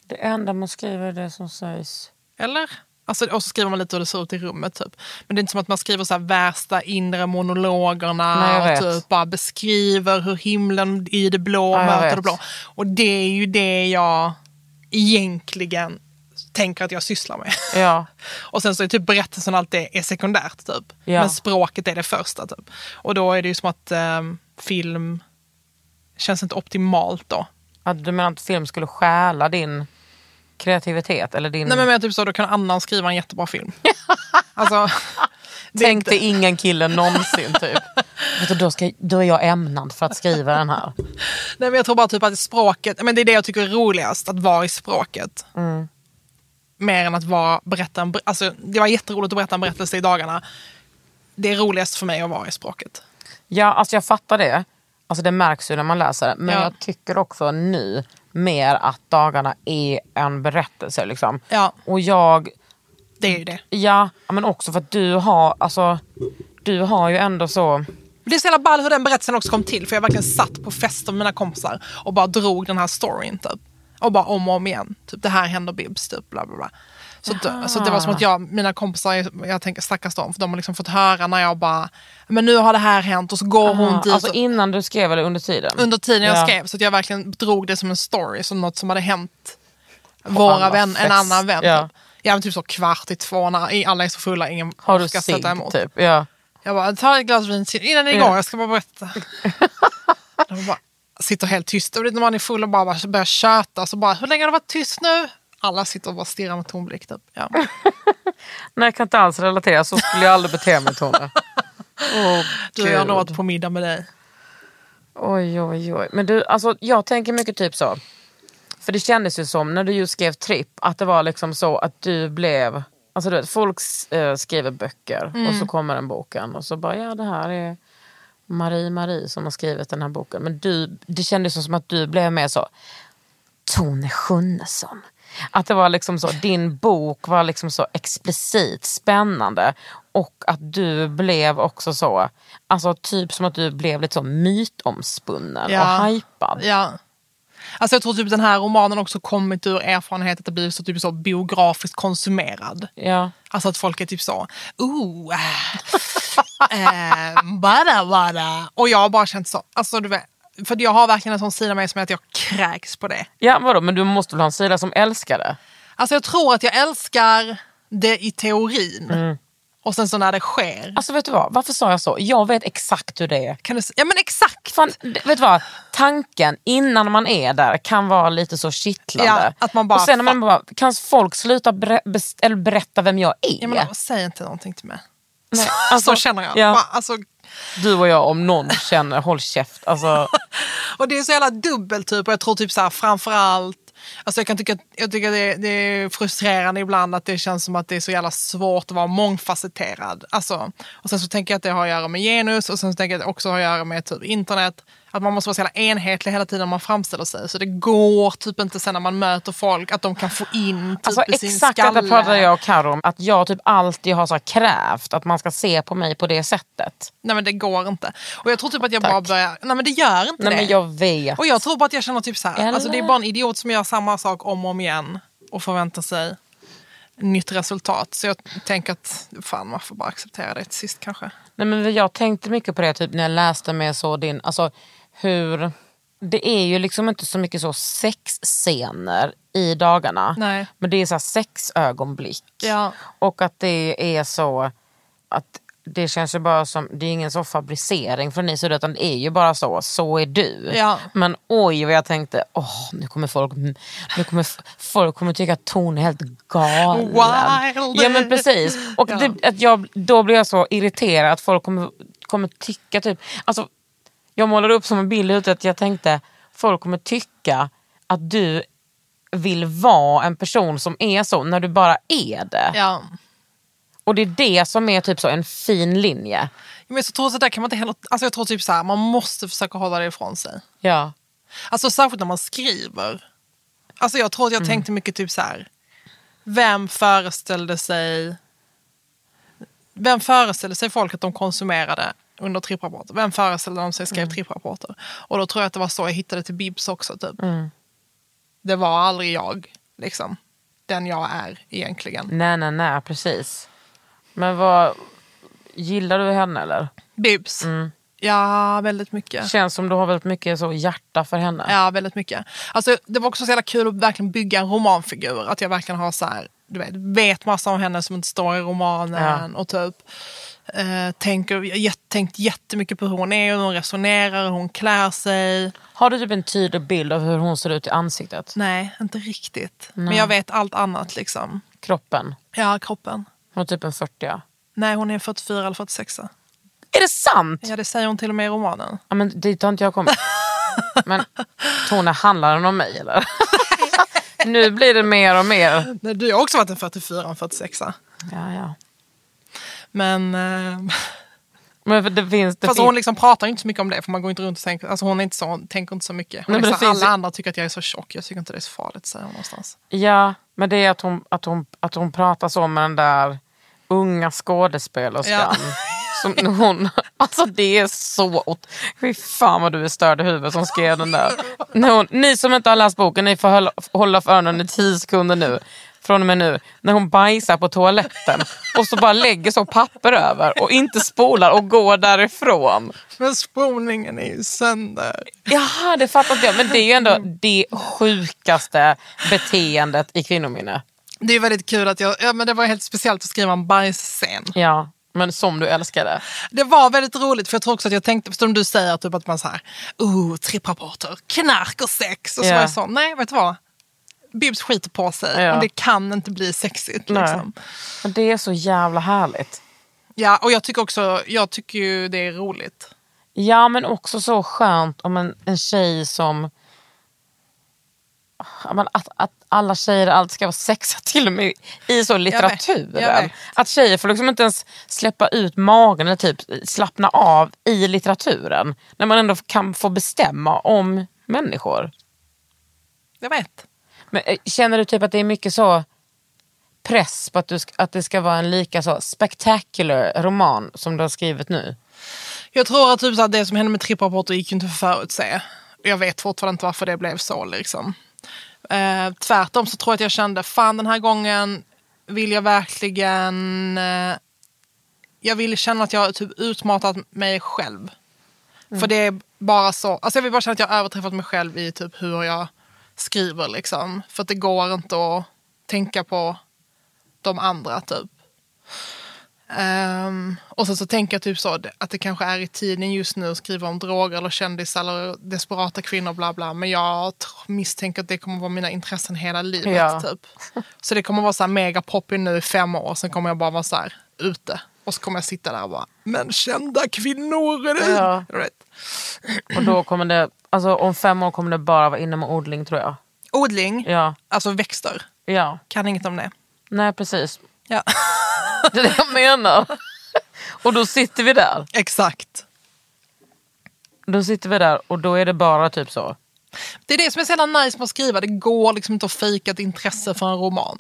S2: Det enda man skriver är det som sägs.
S4: Eller? Alltså, och så skriver man lite hur det ser ut i rummet. Typ. Men det är inte som att man skriver så här värsta inre monologerna
S2: Nej, jag vet.
S4: och typ bara beskriver hur himlen i det blå
S2: Ja, jag
S4: möter
S2: vet.
S4: det blå. Och det är ju det jag egentligen tänker att jag sysslar med. <laughs>
S2: Ja.
S4: Och sen så är typ berättelsen alltid är sekundärt typ.
S2: Ja.
S4: Men språket är det första typ. Och då är det ju som att ehm, film känns inte optimalt
S2: Mm.
S4: då.
S2: Att du menar att film skulle stjäla din kreativitet? Eller din...
S4: Nej men, men typ så, då kan annan skriva en jättebra film. <laughs> alltså, det är
S2: Tänk dig ingen kille någonsin
S4: <laughs>
S2: typ. Vet du, då, ska, då är jag ämnad för att skriva den här.
S4: Nej, men jag tror bara typ att språket, men det är det jag tycker är roligast, att vara i språket. Mer än att vara, berätta en, ber- alltså, det var jätteroligt att berätta en berättelse i dagarna. Det är roligast för mig att vara i språket.
S2: Ja, alltså jag fattar det. Alltså det märks ju när man läser det. Men
S4: Ja.
S2: jag tycker också nu mer att dagarna är en berättelse. Liksom.
S4: Ja.
S2: Och jag,
S4: Det är ju det.
S2: ja, men också för att du har, alltså, du har ju ändå så...
S4: Men det är så jävla ball hur den berättelsen också kom till, för jag verkligen satt på fester med mina kompisar och bara drog den här storyn typ. Och bara om och om igen. Typ det här händer Bibs, typ bla bla bla. Så, då, så det var som att jag, mina kompisar, jag tänker stackars dem, för de har liksom fått höra när jag bara, men nu har det här hänt och så går hon dit.
S2: Alltså
S4: och,
S2: innan du skrev eller under tiden?
S4: under tiden jag
S2: Ja.
S4: skrev så att jag verkligen drog det som en story, som något som hade hänt våra
S2: alla
S4: vän, en
S2: fest.
S4: annan vän.
S2: Ja.
S4: Typ. Ja, men typ så kvart i två, när i- alla är så fulla, ingen
S2: Har du
S4: orkar
S2: cigg
S4: sätta emot.
S2: typ? Ja.
S4: Jag bara, ta ett glas vin till innan ni
S2: Ja.
S4: går, jag ska bara
S2: <laughs>
S4: berätta. De bara sitter helt tyst. Och det är när man är full och bara börjar tjöta, så bara, hur länge har du varit tyst nu? Alla sitter och bara stirrar med tom blick. Typ. Ja.
S2: Nej jag kan inte alls relatera, så skulle jag aldrig bete mig
S4: <laughs>
S2: Tone. Åh,
S4: Du, jag har
S2: Gud.
S4: nog varit på middag med dig.
S2: Oj, oj, oj. Men du, alltså, jag tänker mycket typ så. För det kändes ju som när du just skrev tripp att det var liksom så att du blev... Alltså du vet, folk s- eh, skriver böcker och
S4: Mm.
S2: så kommer den boken och så bara ja det här är Marie Marie som har skrivit den här boken. Men du, det kändes ju som att du blev mer så Tone Schunnesson. Att det var liksom så, din bok var liksom så explicit spännande och att du blev också så, alltså typ som att du blev lite så mytomspunnen och hypad.
S4: Ja. Alltså jag tror typ den här romanen också kommit ur erfarenhet att det blir så, typ så biografiskt konsumerad.
S2: Ja.
S4: Alltså att folk är typ så, ooh, <laughs> eh, bara bara. Och jag har bara känt så, alltså du vet, för jag har verkligen en sån sida av mig som är att jag kräks på det.
S2: ja, vadå, men du måste väl ha en sida som älskar det?
S4: Alltså jag tror att jag älskar det i teorin.
S2: Mm.
S4: Och sen så när det sker.
S2: Alltså vet du vad, varför sa jag så? Jag vet exakt hur det är.
S4: Kan du, s- ja men exakt!
S2: Fan, d- vet du vad? Tanken innan man är där kan vara lite så kittlande.
S4: Ja, att man bara,
S2: och sen när man bara, kan folk sluta bre- best- eller berätta vem jag är?
S4: Ja, men, Säg inte någonting till mig.
S2: Nej,
S4: <laughs> så känner jag.
S2: ja.
S4: Bara, alltså,
S2: Du och jag om någon känner, håll käft.
S4: <laughs>
S2: Alltså,
S4: Typ och det är så jävla dubbelt typ. Och jag tror typ så här framförallt Alltså jag kan tycka, jag tycker det, är- det är frustrerande ibland att det känns som att det är så jävla svårt att vara mångfacetterad. Alltså, och sen så tänker jag att det har att göra med genus och sen så tänker jag att det också har att göra med typ internet. Att man måste vara så jävla enhetlig hela tiden när man framställer sig. Så det går typ inte sen när man möter folk att de kan få in typ
S2: alltså
S4: i sin
S2: exakt
S4: skalle.
S2: detta pratade jag och Karo om. Att jag typ alltid har så här krävt att man ska se på mig på det sättet.
S4: Nej men det går inte. Och jag tror typ att jag bara börjar, nej men det gör inte
S2: Nej
S4: det.
S2: men jag vet.
S4: Och jag tror bara att jag känner typ så här,
S2: Eller?
S4: alltså det är bara en idiot som gör samma sak om och om igen och förväntar sig nytt resultat. Så jag tänker att fan man får bara acceptera det till sist kanske.
S2: Nej, men jag tänkte mycket på det typ, när jag läste med så din, alltså, hur det är ju liksom inte så mycket så sexscener i dagarna.
S4: Nej.
S2: Men det är så här sexögonblick.
S4: Ja.
S2: Och att det är så att det känns ju bara som, det är ingen så fabricering från din sida utan det är ju bara så, så är du.
S4: Ja.
S2: Men oj vad jag tänkte, åh nu kommer folk, nu kommer f- folk kommer tycka att Tone är helt galen.
S4: Wild.
S2: Ja men precis. Och
S4: Ja.
S2: det, att jag, då blir jag så irriterad att folk kommer, kommer tycka typ, alltså jag målar upp som en bild ute att jag tänkte folk kommer tycka att du vill vara en person som är så när du bara är det.
S4: Ja.
S2: Och det är det som är typ så en fin linje.
S4: Men så tror jag så där kan man inte heller, alltså jag tror typ så här, man måste försöka hålla det ifrån sig.
S2: Ja.
S4: Alltså särskilt när man skriver. Alltså jag tror att jag tänkte mycket typ så här. Vem föreställde sig Vem föreställde sig folk att de konsumerade under tripprapporter? Vem föreställde de sig skrev tripprapporter? Och då tror jag att det var så jag hittade till Bibs också. Typ. Det var aldrig jag. liksom, den jag är egentligen.
S2: Nej, nej, nej, precis. Men vad... Gillar du henne eller?
S4: Bibs. Ja, väldigt mycket.
S2: Känns som du har väldigt mycket så hjärta för henne.
S4: Ja, väldigt mycket. Alltså, det var också så jävla kul att verkligen bygga en romanfigur. Att jag verkligen har så här, du vet, vet massa om henne som inte står i romanen. Och typ eh, tänker, jag har jätt- tänkt jättemycket på hur hon är, hur hon resonerar, hur hon klär sig.
S2: Har du typ en tydlig bild av hur hon ser ut i ansiktet?
S4: Nej, inte riktigt. Men jag vet allt annat liksom.
S2: Kroppen?
S4: Ja, kroppen.
S2: Hon är typ en 40 ja.
S4: Nej, hon är 44 eller 46.
S2: Är det sant?
S4: Ja, det säger hon till och med i romanen.
S2: Ja, men dit har inte jag kommit. Men Tone, handlar den om mig <laughs> eller? nu blir det mer och mer.
S4: Nej, du har också varit en 44 och en 46.
S2: Ja, ja.
S4: Men... Eh, <laughs>
S2: Men för det finns... Det
S4: Fast
S2: finns...
S4: hon liksom pratar ju inte så mycket om det för man går inte runt och tänker, alltså hon är inte så, tänker inte så mycket. Hon
S2: Nej,
S4: är
S2: men det
S4: så här,
S2: finns
S4: alla
S2: ju-
S4: andra tycker att jag är så tjock, jag tycker inte det är så farligt säger hon någonstans.
S2: Ja, men det är att hon, att hon, att hon pratar så med den där unga skådespelerskan.
S4: Ja.
S2: Som hon, alltså det är så... ot- Fy fan vad du är störd i huvudet som skrev den där. När hon, ni som inte har läst boken, ni får hålla, hålla för öronen i tio sekunder nu. Från och med nu. När hon bajsar på toaletten och så bara lägger så papper över och inte spolar och går därifrån.
S4: Men spolningen är ju sönder.
S2: Jaha, det fattar inte jag. Men det är ju ändå det sjukaste beteendet i kvinnominne.
S4: Det är väldigt kul att jag, ja men det var helt speciellt att skriva en bajsscen.
S2: Ja, men som du älskade.
S4: Det var väldigt roligt för jag tror också att jag tänkte, som du säger, typ att man så här, oh, tripprapporter, knark och sex. Och så
S2: Ja.
S4: var jag så, nej vet du vad? Bibs skiter på sig
S2: Ja.
S4: och det kan inte bli sexigt.
S2: Nej.
S4: Liksom.
S2: Men det är så jävla härligt.
S4: Ja, och jag tycker också, jag tycker ju det är roligt.
S2: Ja, men också så skönt om en, en tjej som... Ja, men Att, att alla tjejer alltid ska vara sexiga, <laughs> till och med i så litteraturen.
S4: jag vet.
S2: Att tjejer får liksom inte ens släppa ut magen eller typ slappna av i litteraturen. När man ändå kan få bestämma om människor.
S4: Jag vet.
S2: Men, eh, känner du typ att det är mycket så press på att, du, sk- att det ska vara en lika så spectacular roman som du har skrivit nu?
S4: Jag tror att typ så här, det som hände med tripprapporter gick ju inte att förutse. Jag vet fortfarande inte varför det blev så. Liksom. Eh, tvärtom så tror jag att jag kände, fan den här gången vill jag verkligen... Eh, jag vill känna att jag har typ utmatat mig själv. För det är bara så, alltså jag vill bara känna att jag har överträffat mig själv i typ hur jag skriver liksom. För att det går inte att tänka på de andra typ. Ehm, och sen så tänker jag typ så att det kanske är i tiden just nu att skriva om droger eller kändisar eller desperata kvinnor bla bla. Men jag tr- misstänker att det kommer vara mina intressen hela livet
S2: Ja.
S4: typ. Så det kommer vara så här mega poppy nu i fem år. Sen kommer jag bara vara så här ute. Och så kommer jag sitta där och bara, men kända kvinnor är det?
S2: Ja.
S4: Du vet.
S2: Och då kommer det, alltså om fem år kommer det bara vara inom odling tror jag.
S4: Odling,
S2: Ja,
S4: alltså växter,
S2: ja.
S4: kan inget om det.
S2: nej precis. <laughs>
S4: Ja.
S2: Det är det jag menar. <laughs> Och då sitter vi där.
S4: <laughs> Exakt.
S2: Då sitter vi där och då är det bara typ så.
S4: Det är det som är så jävla nice med att skriva. Det går liksom inte att fejka ett intresse för en roman.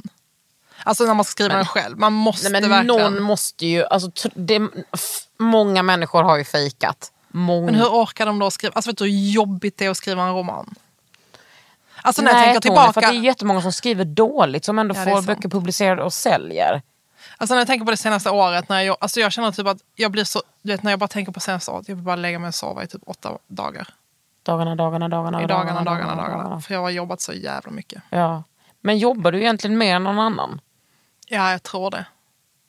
S4: Alltså när man ska skriva den själv. Man måste
S2: Nej, men
S4: verkligen.
S2: någon måste ju, alltså, tr- det, f- många människor har ju fejkat. Många.
S4: Men hur orkar de då skriva? Alltså vet du hur jobbigt det är att skriva en roman? Alltså när jag tänker
S2: Tony,
S4: tillbaka.
S2: för att det är jättemånga som skriver dåligt som ändå
S4: Ja, det är
S2: får
S4: sant.
S2: böcker publicerade och säljer.
S4: Alltså när jag tänker på det senaste året, när jag, alltså jag känner typ att jag blir så, du vet när jag bara tänker på senaste året, jag vill bara lägga mig och sova i typ åtta dagar.
S2: Dagarna, dagarna, dagarna.
S4: I dagarna, dagarna, dagarna. För jag har jobbat så jävla mycket.
S2: Ja. Men jobbar du egentligen mer än någon annan?
S4: Ja, jag tror det.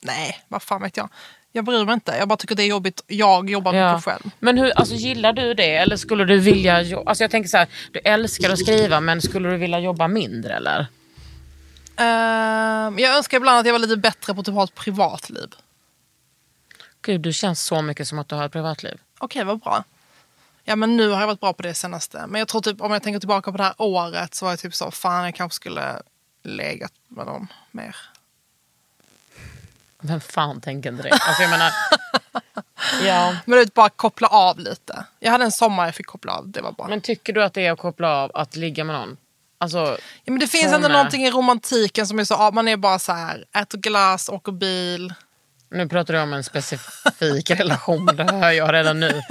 S4: Nej, vad fan vet jag. Jag bryr mig inte, jag bara tycker det är jobbigt. Jag jobbar mycket själv.
S2: Men hur, alltså, gillar du det eller skulle du vilja jobba? Alltså, jag tänker så här, du älskar att skriva men skulle du vilja jobba mindre eller?
S4: Ehm, jag önskar ibland att jag var lite bättre på att typ ha ett privatliv.
S2: Gud, du känns så mycket som att du har ett privatliv.
S4: Okej, vad bra. Ja, men nu har jag varit bra på det senaste. Men jag tror typ, om jag tänker tillbaka på det här året så var jag typ så, fan jag kanske skulle legat med någon mer.
S2: Vem fan tänker inte det? Alltså, jag
S4: <laughs>
S2: menar, ja.
S4: Men du vet, bara koppla av lite. Jag hade en sommar jag fick koppla av, det var bra. Men,
S2: Men tycker du att det är att koppla av att ligga med någon? Alltså,
S4: ja, men det finns
S2: Såna-
S4: ändå någonting i romantiken som är så, ja, man är bara så här, äter glass, åker bil.
S2: nu pratar du om en specifik relation, det hör jag redan nu.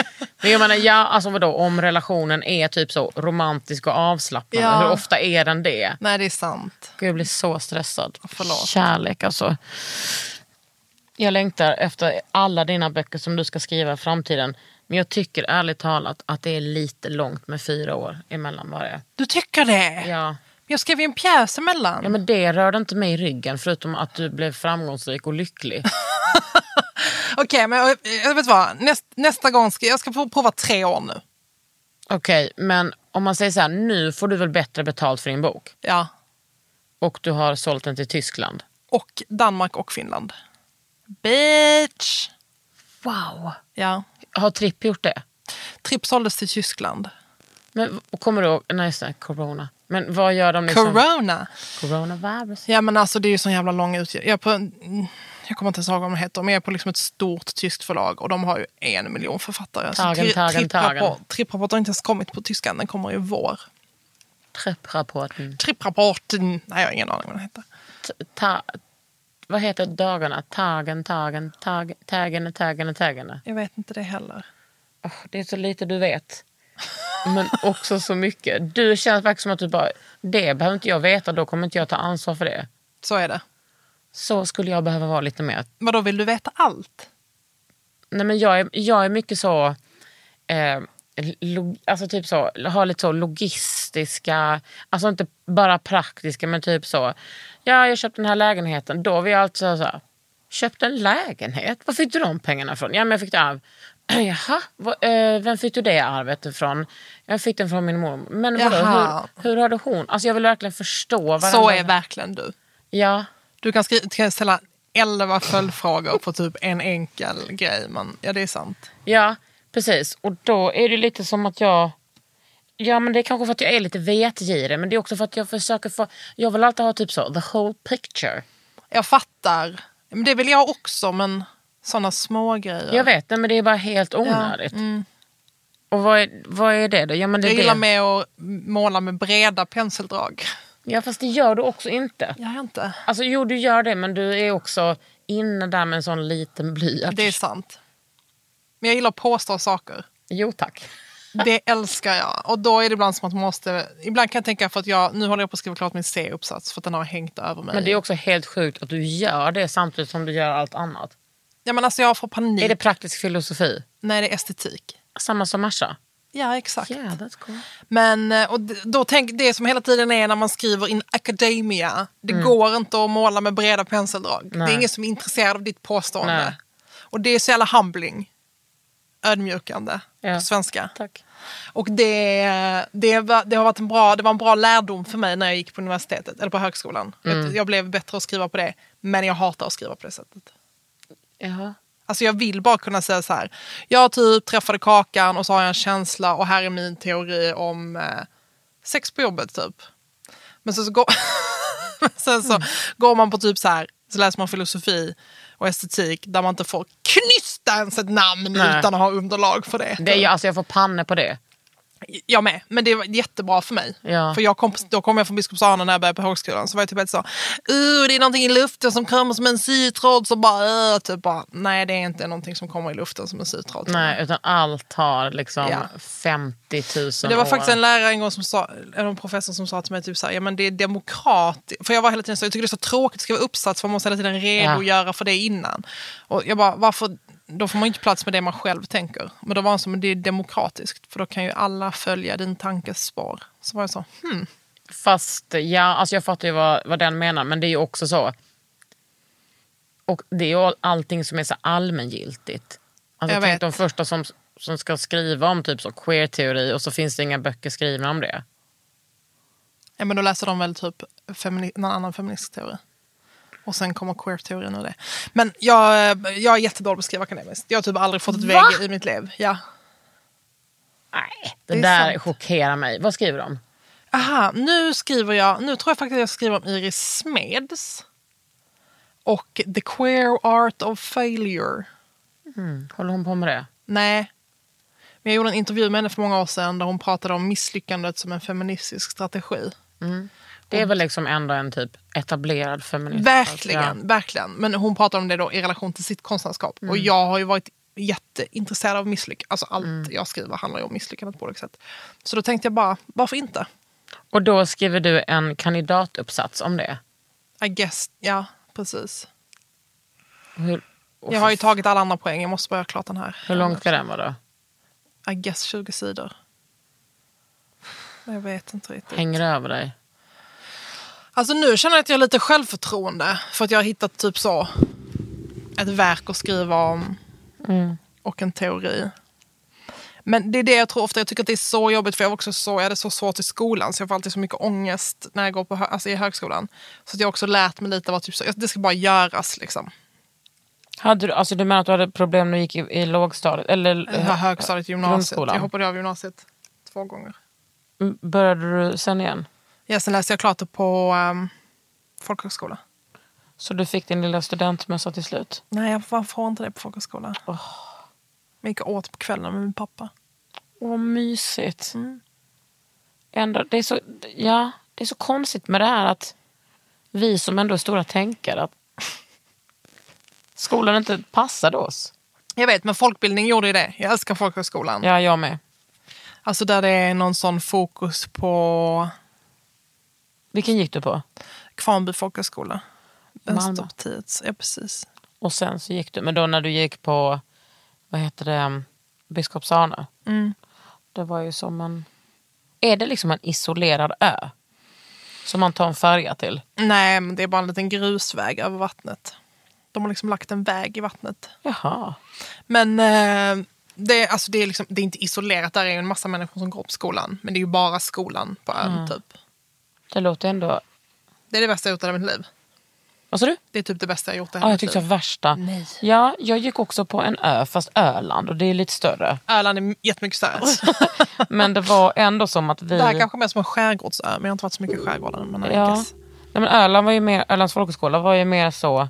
S2: Men jag menar, ja, alltså vadå, om relationen är typ så romantisk och avslappnad,
S4: Ja.
S2: hur ofta är den det?
S4: Nej, det är sant.
S2: Gud, jag blir så stressad.
S4: Förlåt.
S2: Kärlek alltså. Jag längtar efter alla dina böcker som du ska skriva i framtiden. Men jag tycker ärligt talat att det är lite långt med fyra år emellan varje.
S4: Du tycker det?
S2: Ja.
S4: Jag skrev ju en pjäs emellan.
S2: ja, men det rörde inte mig i ryggen förutom att du blev framgångsrik och
S4: <laughs>
S2: lycklig.
S4: Okej, men jag, jag vet vad. Näst, nästa gång ska jag ska få prova tre år nu.
S2: Okej, men om man säger så här, nu får du väl bättre betalt för din bok?
S4: Ja.
S2: Och du har sålt den till Tyskland?
S4: Och Danmark och Finland. Bitch!
S2: Wow!
S4: Ja.
S2: Har Tripp gjort det?
S4: Tripp såldes till Tyskland.
S2: Men och kommer du ihåg, nej just det, corona. Men vad gör de liksom?
S4: Corona!
S2: Coronavirus.
S4: Ja men alltså det är ju sån jävla lång utgivning. Jag, är på en- jag kommer inte ens ihåg vad de heter, men jag är på liksom ett stort tyskt förlag och de har ju en miljon författare. Så
S2: Tagen,
S4: Tri-
S2: tagen,
S4: Tripprapport-
S2: tagen.
S4: Tripprapport har inte ens kommit på tyskan, den kommer i vår.
S2: Trepprapporten.
S4: Tripprapporten, nej jag har ingen aning vad den heter.
S2: T- Ta, vad heter dagarna? Tagen, tagen, tag, tägene, tägene, tägene.
S4: Jag vet inte det heller.
S2: Åh, det är så lite du vet. <laughs> Men också så mycket. Du känns faktiskt som att du bara, det behöver inte jag veta, då kommer inte jag ta ansvar för det.
S4: Så är det.
S2: Så skulle jag behöva vara lite mer.
S4: Vadå, vill du veta allt?
S2: Nej, men jag, är, jag är mycket så... Eh, log, alltså typ så, har lite så logistiska, alltså inte bara praktiska men typ så. Ja, jag köpte den här lägenheten. Då var jag alltid så här, köpte en lägenhet? Var fick du de pengarna ifrån? Ja, men jag fick det arv. <clears throat> Jaha, vad- eh, vem fick du det arvet ifrån? Jag fick den från min mormor. Men vadå,
S4: Jaha.
S2: hur, hur hade hon? Alltså jag vill verkligen förstå. varandra.
S4: Så är verkligen du.
S2: Ja,
S4: Du kan, skri- du kan ställa elva följdfrågor på typ en enkel grej, men ja det är sant.
S2: Ja, precis. Och då är det lite som att jag... Ja, men det är kanske för att jag är lite vetgirig, men det är också för att jag försöker få... Jag vill alltid ha typ så, the whole picture.
S4: Jag fattar. Men det vill jag också, men såna små grejer.
S2: Jag vet, nej, men det är bara helt onödigt. Och vad är, vad är det då? Ja, men det
S4: mm. Jag
S2: är
S4: gillar
S2: det.
S4: med att måla med breda penseldrag.
S2: ja, fast det gör du också inte.
S4: Jag har inte.
S2: Alltså, jo, du gör det, men du är också inne där med en sån liten blyerts.
S4: Det är sant. Men jag gillar att påstå saker.
S2: Jo, tack.
S4: Det älskar jag. Och då är det ibland som att man måste... Ibland kan jag tänka för att jag... Nu håller jag på att skriva klart min C-uppsats för att den har hängt över mig.
S2: Men det är också helt sjukt att du gör det samtidigt som du gör allt annat.
S4: Ja men alltså jag får panik.
S2: Är det praktisk filosofi?
S4: Nej det är estetik.
S2: Samma som Masha?
S4: Ja exakt.
S2: Yeah, that's cool.
S4: Men eh, och d- då tänk, det som hela tiden är när man skriver in academia, det går inte att måla med breda penseldrag. Det
S2: Mm. Nej.
S4: är ingen som är intresserad av ditt påstående.
S2: Nej.
S4: Och det är så jävla humbling. Ödmjukande
S2: Ja.
S4: på svenska.
S2: Tack.
S4: Och det, det, var- det, har varit en bra, det var en bra lärdom för mig när jag gick på universitetet, eller på högskolan.
S2: Mm.
S4: Jag, jag blev bättre att skriva på det, men jag hatar att skriva på det sättet.
S2: Jaha.
S4: Alltså jag vill bara kunna säga så här. Jag typ träffade Kakan och så har jag en känsla och här är min teori om eh, sex på jobbet typ. Men sen så, går, <laughs> men sen så
S2: Mm.
S4: går man på typ så här, så läser man filosofi och estetik där man inte får knysta ens ett namn
S2: Nej.
S4: utan att ha underlag för det.
S2: Det är, ju- alltså jag får panne på det.
S4: Jag med, men det var jättebra för mig.
S2: Ja.
S4: För jag kom, då kom jag från Biskopsdala när jag började på högskolan. Så var jag typ helt så, uh, det är någonting i luften som kommer som en sytråd. Så bara, uh, typ bara, nej det är inte någonting som kommer i luften som en sytråd.
S2: Nej, utan allt har liksom
S4: Mm. Ja.
S2: 50 000
S4: Men det var
S2: år.
S4: faktiskt en lärare en gång som sa, eller en professor som sa till mig typ så här, ja men det är demokratiskt. För jag var hela tiden så, jag tycker det är så tråkigt att skriva uppsats för man måste hela tiden redogöra för det innan. Och jag bara, varför, då får man ju inte plats med det man själv tänker. Men då var han så, men det är demokratiskt för då kan ju alla följa din tankespår. Så var jag så, hmm.
S2: Fast ja, alltså jag fattar ju vad, vad den menar, men det är ju också så. Och det är ju all- allting som är så allmängiltigt. Alltså,
S4: Jag
S2: tänk
S4: vet.
S2: de första som, som ska skriva om typ så queer-teori och så finns det inga böcker skrivna om det.
S4: Ja, men då läser de väl typ femini- någon annan feministisk teori. Och sen kommer queer-teorin och det. Men jag, eh, jag är jättedålig på att skriva akademiskt. Jag har typ aldrig fått ett
S2: Va?
S4: VG i mitt liv. Ja.
S2: Nej, det,
S4: Det är
S2: där
S4: sant.
S2: chockerar mig. Vad skriver de?
S4: Aha, nu skriver jag, nu tror jag faktiskt att jag skriver om Iris Smeds. Och The Queer Art of Failure.
S2: Håller hon på med det?
S4: Nej. Men jag gjorde en intervju med henne för många år sedan där hon pratade om misslyckandet som en feministisk strategi.
S2: Det
S4: Mm.
S2: är väl liksom ändå en typ etablerad feminist.
S4: Verkligen,
S2: Alltså, Mm.
S4: verkligen. Men hon pratar om det då i relation till sitt konstnärskap. Och jag har ju varit jätteintresserad av misslyckande. Alltså allt
S2: Mm.
S4: jag skriver handlar ju om misslyckandet på olika sätt. Så då tänkte jag bara, varför inte?
S2: Och då skriver du en kandidatuppsats om det.
S4: I guess, ja precis.
S2: Och Hur, och
S4: Jag har ju
S2: för-
S4: tagit alla andra poäng, jag måste bara göra klart den här.
S2: hur lång ska den vara då?
S4: I guess 20 sidor. Men Jag vet inte riktigt.
S2: Hänger det över dig?
S4: Alltså nu känner jag att jag har lite självförtroende för att jag har hittat typ så ett verk att skriva om och en teori. Men det är det jag tror ofta, jag tycker att det är så jobbigt för jag var också så, jag hade så svårt i skolan så jag får alltid så mycket ångest när jag går på hö- alltså i högskolan. Så att jag har också lärt mig lite vad typ så, det ska bara göras liksom.
S2: Hade du, alltså du menar att du hade problem när du gick i, i lågstadiet? Eller
S4: Det här högstadiet, gymnasiet.
S2: Grundskolan.
S4: Jag hoppade av gymnasiet två gånger.
S2: M- Mm, Började du sen igen?
S4: Ja, sen läste jag klart det på ehm, folkhögskola.
S2: Så du fick din lilla studentmössa till slut?
S4: Nej, jag fan får inte det på folkhögskola. Oh. Jag gick åt på kvällen med min pappa.
S2: Åh, mysigt. Mm. Ändå, det, är så, ja, det är så konstigt med det här att vi som ändå är stora tänkare, att <laughs> skolan inte passade oss.
S4: Jag vet, men folkbildning gjorde ju det. Jag älskar folkhögskolan.
S2: Ja, jag med.
S4: Alltså där det är någon sån fokus på
S2: Vilken gick du på?
S4: Kvarnby folkhögskola.
S2: Malmö.
S4: Vänsterpartiets, ja precis.
S2: Och sen så gick du, men då när du gick på, vad heter det, Biskopsarna. Det var ju som en, är det liksom en isolerad ö? Som man tar en färja till?
S4: Nej, men det är bara en liten grusväg över vattnet. De har liksom lagt en väg i vattnet.
S2: Jaha.
S4: Men eh, det, alltså det, är liksom, det är inte isolerat, där är ju en massa människor som går på skolan. Men det är ju bara skolan på ön typ.
S2: Det låter ändå...
S4: Det är det bästa jag gjort i hela mitt liv.
S2: Vad sa du?
S4: Det är typ det bästa jag gjort i hela
S2: Ja, jag
S4: mitt
S2: tyckte det
S4: liv.
S2: var värsta.
S4: Nej.
S2: Ja, jag gick också på en ö, fast Öland och det är lite större.
S4: Öland är jättemycket
S2: <laughs> Mm.
S4: större.
S2: Men det var ändå som att vi...
S4: det här kanske mer som en skärgårdsö, men jag har inte varit så mycket i skärgården. Men I
S2: Mm. ja.
S4: guess.
S2: Nej, men Öland var ju mer, Ölands folkhögskola var ju mer så...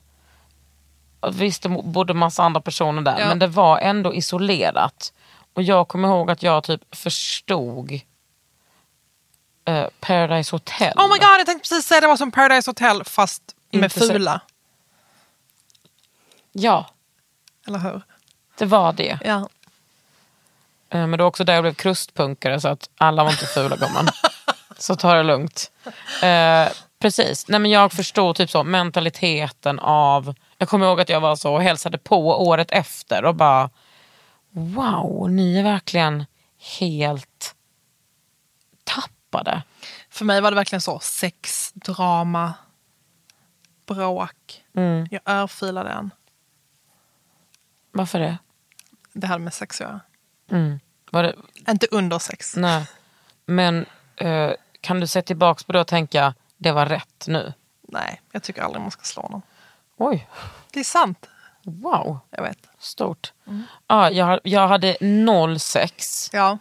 S2: Visst, det bodde massa andra personer där,
S4: Ja.
S2: men det var ändå isolerat. Och jag kommer ihåg att jag typ förstod eh, Paradise Hotel.
S4: Oh my god, jag tänkte precis säga det var som Paradise Hotel fast med
S2: Inte så-
S4: fula.
S2: Ja,
S4: Eller hur?
S2: det var det.
S4: Ja.
S2: Eh, Men det var också där jag blev krustpunkare så att alla var inte fula gumman. så ta det lugnt. Eh, precis, Nej, men jag förstod typ så, mentaliteten av... Jag kommer ihåg att jag var så och hälsade på året efter och bara wow, ni är verkligen helt tappade.
S4: För mig var det verkligen så sex, drama, bråk.
S2: Mm.
S4: Jag örfilade en.
S2: Varför det?
S4: Det hade med sex att göra.
S2: Mm. Var det?
S4: Inte under sex.
S2: Nej. Men eh, kan du se tillbaka på det och tänka det var rätt nu?
S4: Nej, jag tycker aldrig man ska slå någon.
S2: Oj,
S4: Det är sant.
S2: wow.
S4: Jag vet.
S2: Stort.
S4: Mm.
S2: Ja, jag, jag hade noll sex.
S4: Ja.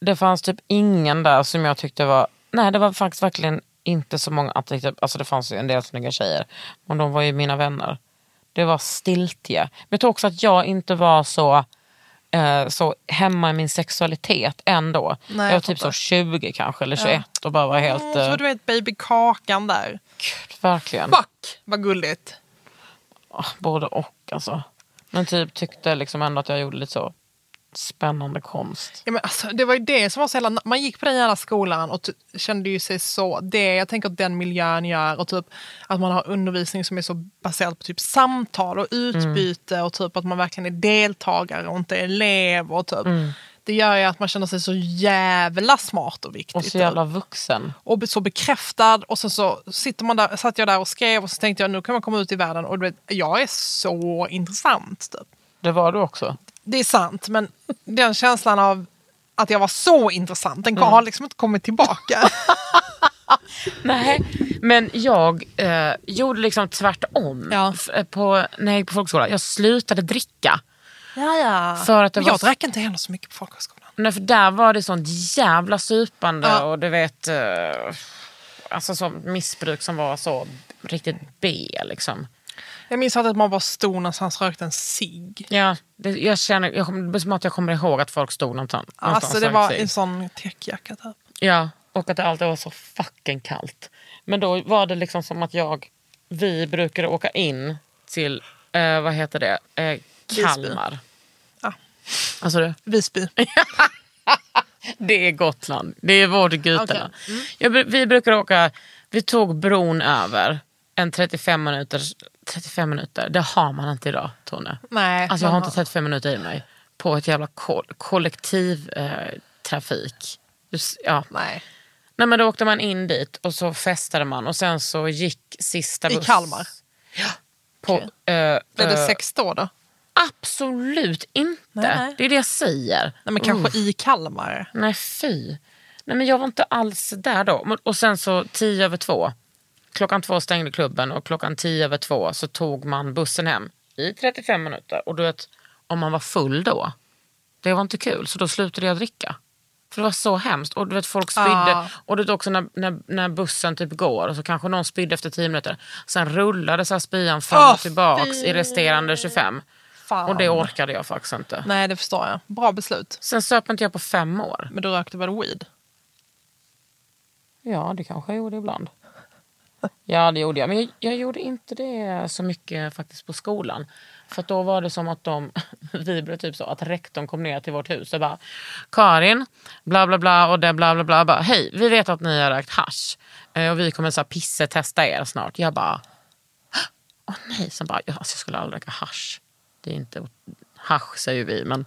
S2: Det fanns typ ingen där som jag tyckte var... Nej, det var faktiskt verkligen inte så många attraktiva... Alltså det fanns ju en del snygga tjejer. Men de var ju mina vänner. Det var stiltiga. Men jag tror också att jag inte var så, eh, så hemma i min sexualitet ändå.
S4: Nej,
S2: jag var
S4: jag
S2: typ så
S4: fattar.
S2: 20 kanske, eller 21 och bara var helt...
S4: Mm, så
S2: eh,
S4: du vet Baby Kakan där.
S2: Gud, verkligen.
S4: Fuck vad gulligt.
S2: Ah, Både och alltså. Men typ tyckte liksom ändå att jag gjorde lite så spännande konst.
S4: Ja, men alltså, det var ju det som var så hela... Man gick på den jävla skolan och ty- kände ju sig så... Det jag tänker att den miljön gör och typ att man har undervisning som är så baserad på typ samtal och
S2: Mm.
S4: utbyte och typ att man verkligen är deltagare och inte elev och typ.
S2: Mm.
S4: Det gör ju att man känner sig så jävla smart och viktig.
S2: Och så
S4: typ.
S2: jävla vuxen.
S4: och be- så bekräftad och sen så sitter man där, satt jag där och skrev och så tänkte jag nu kan man komma ut i världen och du vet, jag är så intressant. Typ.
S2: Det var du också.
S4: Det är sant, men den känslan av att jag var så intressant, den
S2: Mm.
S4: har liksom inte kommit tillbaka.
S2: Nej, men jag eh, gjorde liksom tvärtom
S4: Ja.
S2: F- eh, på, när jag gick på folkskola. Jag slutade dricka.
S4: ja, ja.
S2: För att <laughs> det var-
S4: Jag drack inte heller så mycket på folkhögskolan.
S2: Nej, för där var det sånt jävla supande
S4: Ja.
S2: och du vet eh, alltså så missbruk som var så riktigt B. Liksom.
S4: Jag minns alltid att man bara stod någonstans och rökte en cigg.
S2: Ja, det, jag känner, jag, kom- det är som att jag kommer ihåg att folk stod någonstans.
S4: Alltså det
S2: någonstans
S4: var
S2: och sig.
S4: en sån täckjacka typ.
S2: Ja, och att det alltid var så fucking kallt. Men då var det liksom som att jag, vi brukade åka in till, eh, vad heter det, eh, Kalmar.
S4: Ah,
S2: Vad sa du?
S4: Visby.
S2: Det är Gotland. Det är vårt Gutala.
S4: Okej.
S2: Jag br- vi brukar åka, vi tog bron över en 35 minuter. 35 minuter, det har man inte idag Tone.
S4: Nej.
S2: Alltså jag har
S4: men-
S2: inte 35 minuter i mig på ett jävla kol- kollektiv eh, trafik. Du s- Ja.
S4: Nej.
S2: Nej men då åkte man in dit och så festade man och sen så gick sista
S4: I Kalmar?
S2: På, eh,
S4: Blev det
S2: eh,
S4: sex då då?
S2: Absolut inte.
S4: Nej.
S2: Det är det jag säger.
S4: Nej men kanske i Kalmar.
S2: Nej fy. Nej men jag var inte alls där då. Men- Och sen så tio över två. Klockan två stängde klubben och klockan tio över två så tog man bussen hem i 35 minuter. Och du vet, om man var full då, det var inte kul. Så då slutade jag dricka. För det var så hemskt. Och du vet folk spydde.
S4: Ah.
S2: Och du vet också när, när, när bussen typ går och så kanske någon spydde efter 10 minuter. Sen rullade så här spyan fram
S4: Åh,
S2: och tillbaks i resterande 25.
S4: Fan.
S2: Och det orkade jag faktiskt inte.
S4: Nej det förstår jag. Bra beslut.
S2: Sen söp inte jag på fem år.
S4: Men du rökte väl weed?
S2: Ja, det kanske jag gjorde ibland. Ja, det gjorde jag. Men jag, jag gjorde inte det så mycket faktiskt på skolan. För att då var det som att de, <laughs> vi blev typ så, att rektorn kom ner till vårt hus och bara Karin, bla bla bla och det bla bla bla. Bara, Hej, vi vet att ni har rökt hasch eh, och vi kommer så här pissetesta er snart. Jag bara, åh nej. Sen bara, "Ja, alltså, jag skulle aldrig röka hasch. Det är inte, hasch säger vi, men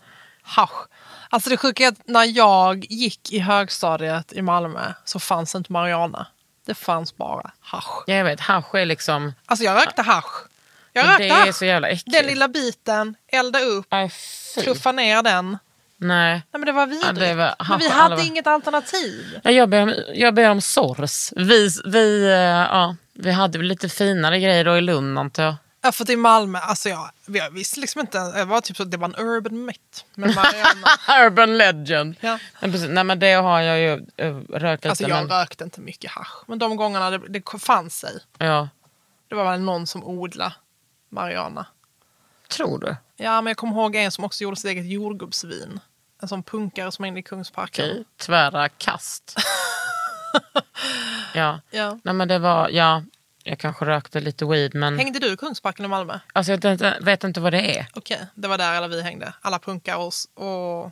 S4: Hasch. Alltså det sjuka är att när jag gick i högstadiet i Malmö så fanns inte marijuana. Det fanns bara hasch.
S2: jag vet, hasch är liksom,
S4: Alltså jag rökte hasch. Jag
S2: men
S4: rökte
S2: det är
S4: hasch.
S2: så jävla äckligt.
S4: Den lilla biten, elda upp,
S2: Nej, fy.
S4: truffa ner den.
S2: Nej.
S4: Nej men det var vidrigt.
S2: det var-
S4: men vi
S2: hasch,
S4: hade
S2: alla-
S4: inget alternativ.
S2: Ja, Jag ber om, jag ber om sors. Vi, vi, eh, ja, vi hade väl lite finare grejer då i Lund antar jag. <laughs>
S4: Ja, för att i Malmö, alltså jag, jag visste liksom inte, jag var typ så, det var en urban myth <laughs> med marijuana.
S2: Urban legend.
S4: Ja.
S2: Nej, precis. Nej, men det har jag ju eh, rökt lite.
S4: alltså jag
S2: men,
S4: rökte inte mycket hasch, men de gångerna det, det fann sig,
S2: ja.
S4: det var väl någon som odlade marijuana.
S2: Tror du?
S4: Ja, men jag kommer ihåg en som också gjorde sitt eget jordgubbsvin. En sån punkare som hängde i Kungsparken.
S2: Okej, tvära
S4: <laughs>
S2: kast. ja.
S4: Ja.
S2: Nej, men det var, ja, jag kanske rökte lite weed men
S4: Hängde du i Kungsparken i Malmö?
S2: alltså, jag vet inte- vet inte vad det är.
S4: Okej, det var där alla vi hängde. Alla punkare och, s- och...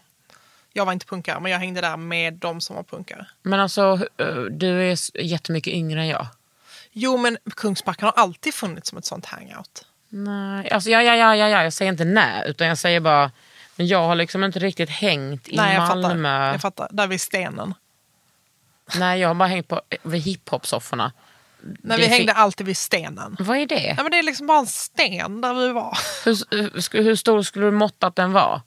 S4: Jag var inte punkare, men jag hängde där med de som var punkare.
S2: Men alltså eh, du är s- jättemycket yngre än jag.
S4: Jo, men Kungsparken har alltid funnits som ett sånt hangout.
S2: Nej, alltså ja, ja, ja, ja, ja, jag säger inte nej, utan jag säger bara, men jag har liksom inte riktigt hängt i
S4: Nej, jag
S2: Malmö.
S4: fattar. Jag fattar. Där vid stenen.
S2: Nej, jag har bara hängt på vid hiphop-sofforna.
S4: Nej,
S2: Det
S4: vi
S2: fin-
S4: hängde alltid vid stenen.
S2: Vad är det?
S4: Nej, men det är liksom bara en sten där vi var.
S2: Hur, sk- hur stor skulle du måtta att den var?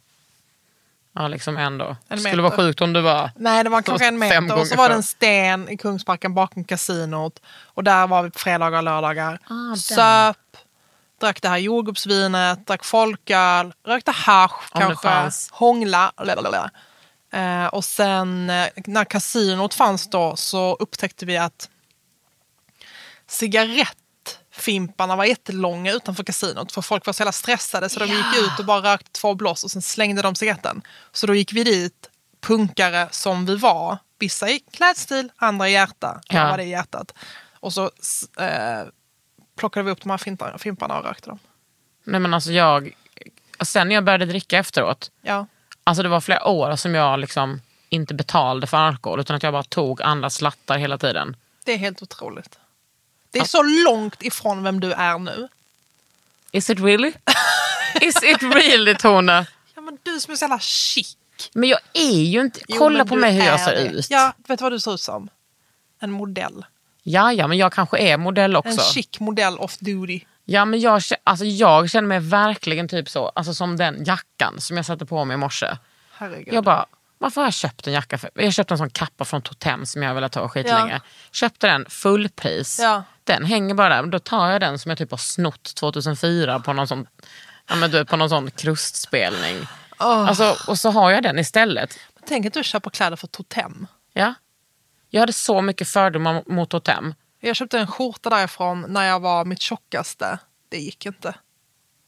S2: Ja, liksom en då. Det
S4: En
S2: skulle vara
S4: meter.
S2: sjukt om du var...
S4: Nej, det var kanske en
S2: Fem
S4: meter. Och så
S2: gånger
S4: var det
S2: fem.
S4: en sten i Kungsparken bakom kasinot. Och där var vi på fredagar och lördagar.
S2: där.
S4: Söp, drack det här jordgubbsvinet, drack folköl, rökte hasch
S2: Om det
S4: kanske,
S2: fanns.
S4: hångla. lalalala. Eh, och sen eh, när kasinot fanns då så upptäckte vi att cigarettfimparna var jättelånga utanför kasinot för folk var så jävla stressade så de gick ut och bara rökte två blås och sen slängde de cigaretten. Så då gick vi dit, punkare som vi var, vissa i klädstil, andra i hjärta, jag
S2: Ja.
S4: var det i hjärtat. Och så s- eh, plockade vi upp de här fintar- fimparna och rökte dem.
S2: Nej, men alltså jag... Sen när jag började dricka efteråt,
S4: Ja.
S2: alltså det var flera år som jag liksom inte betalade för alkohol, utan att jag bara tog andra slattar hela tiden.
S4: Det är helt otroligt. Det är så långt ifrån vem du är nu.
S2: Is it really? Is it really, Tone?
S4: Ja, men du som är så jävla chic.
S2: Men jag är ju inte...
S4: Jo,
S2: Kolla
S4: men
S2: på
S4: du
S2: mig hur jag
S4: är
S2: ser
S4: det.
S2: ut.
S4: Ja, vet du vad du ser ut som? En modell.
S2: Ja, ja, men jag kanske är modell också.
S4: En chic modell off duty.
S2: Ja, men jag, kä- alltså, jag känner mig verkligen typ så, alltså, som den jackan som jag satte på mig i morse.
S4: Herregud.
S2: Jag bara, varför har jag köpt en jacka? För? Jag köpte en sån kappa från Totem som jag har velat ha skitlänge.
S4: Ja.
S2: Köpte den fullpris.
S4: Ja.
S2: Den hänger bara där. Men Då tar jag den som jag typ har snott 2004 på någon sån, ja, men du, på någon sån krustspelning. Alltså, och så har jag den istället.
S4: Tänk att du köper kläder för Totem.
S2: Ja. Jag hade så mycket fördomar mot Totem.
S4: Jag köpte en skjorta därifrån när jag var mitt tjockaste. Det gick inte.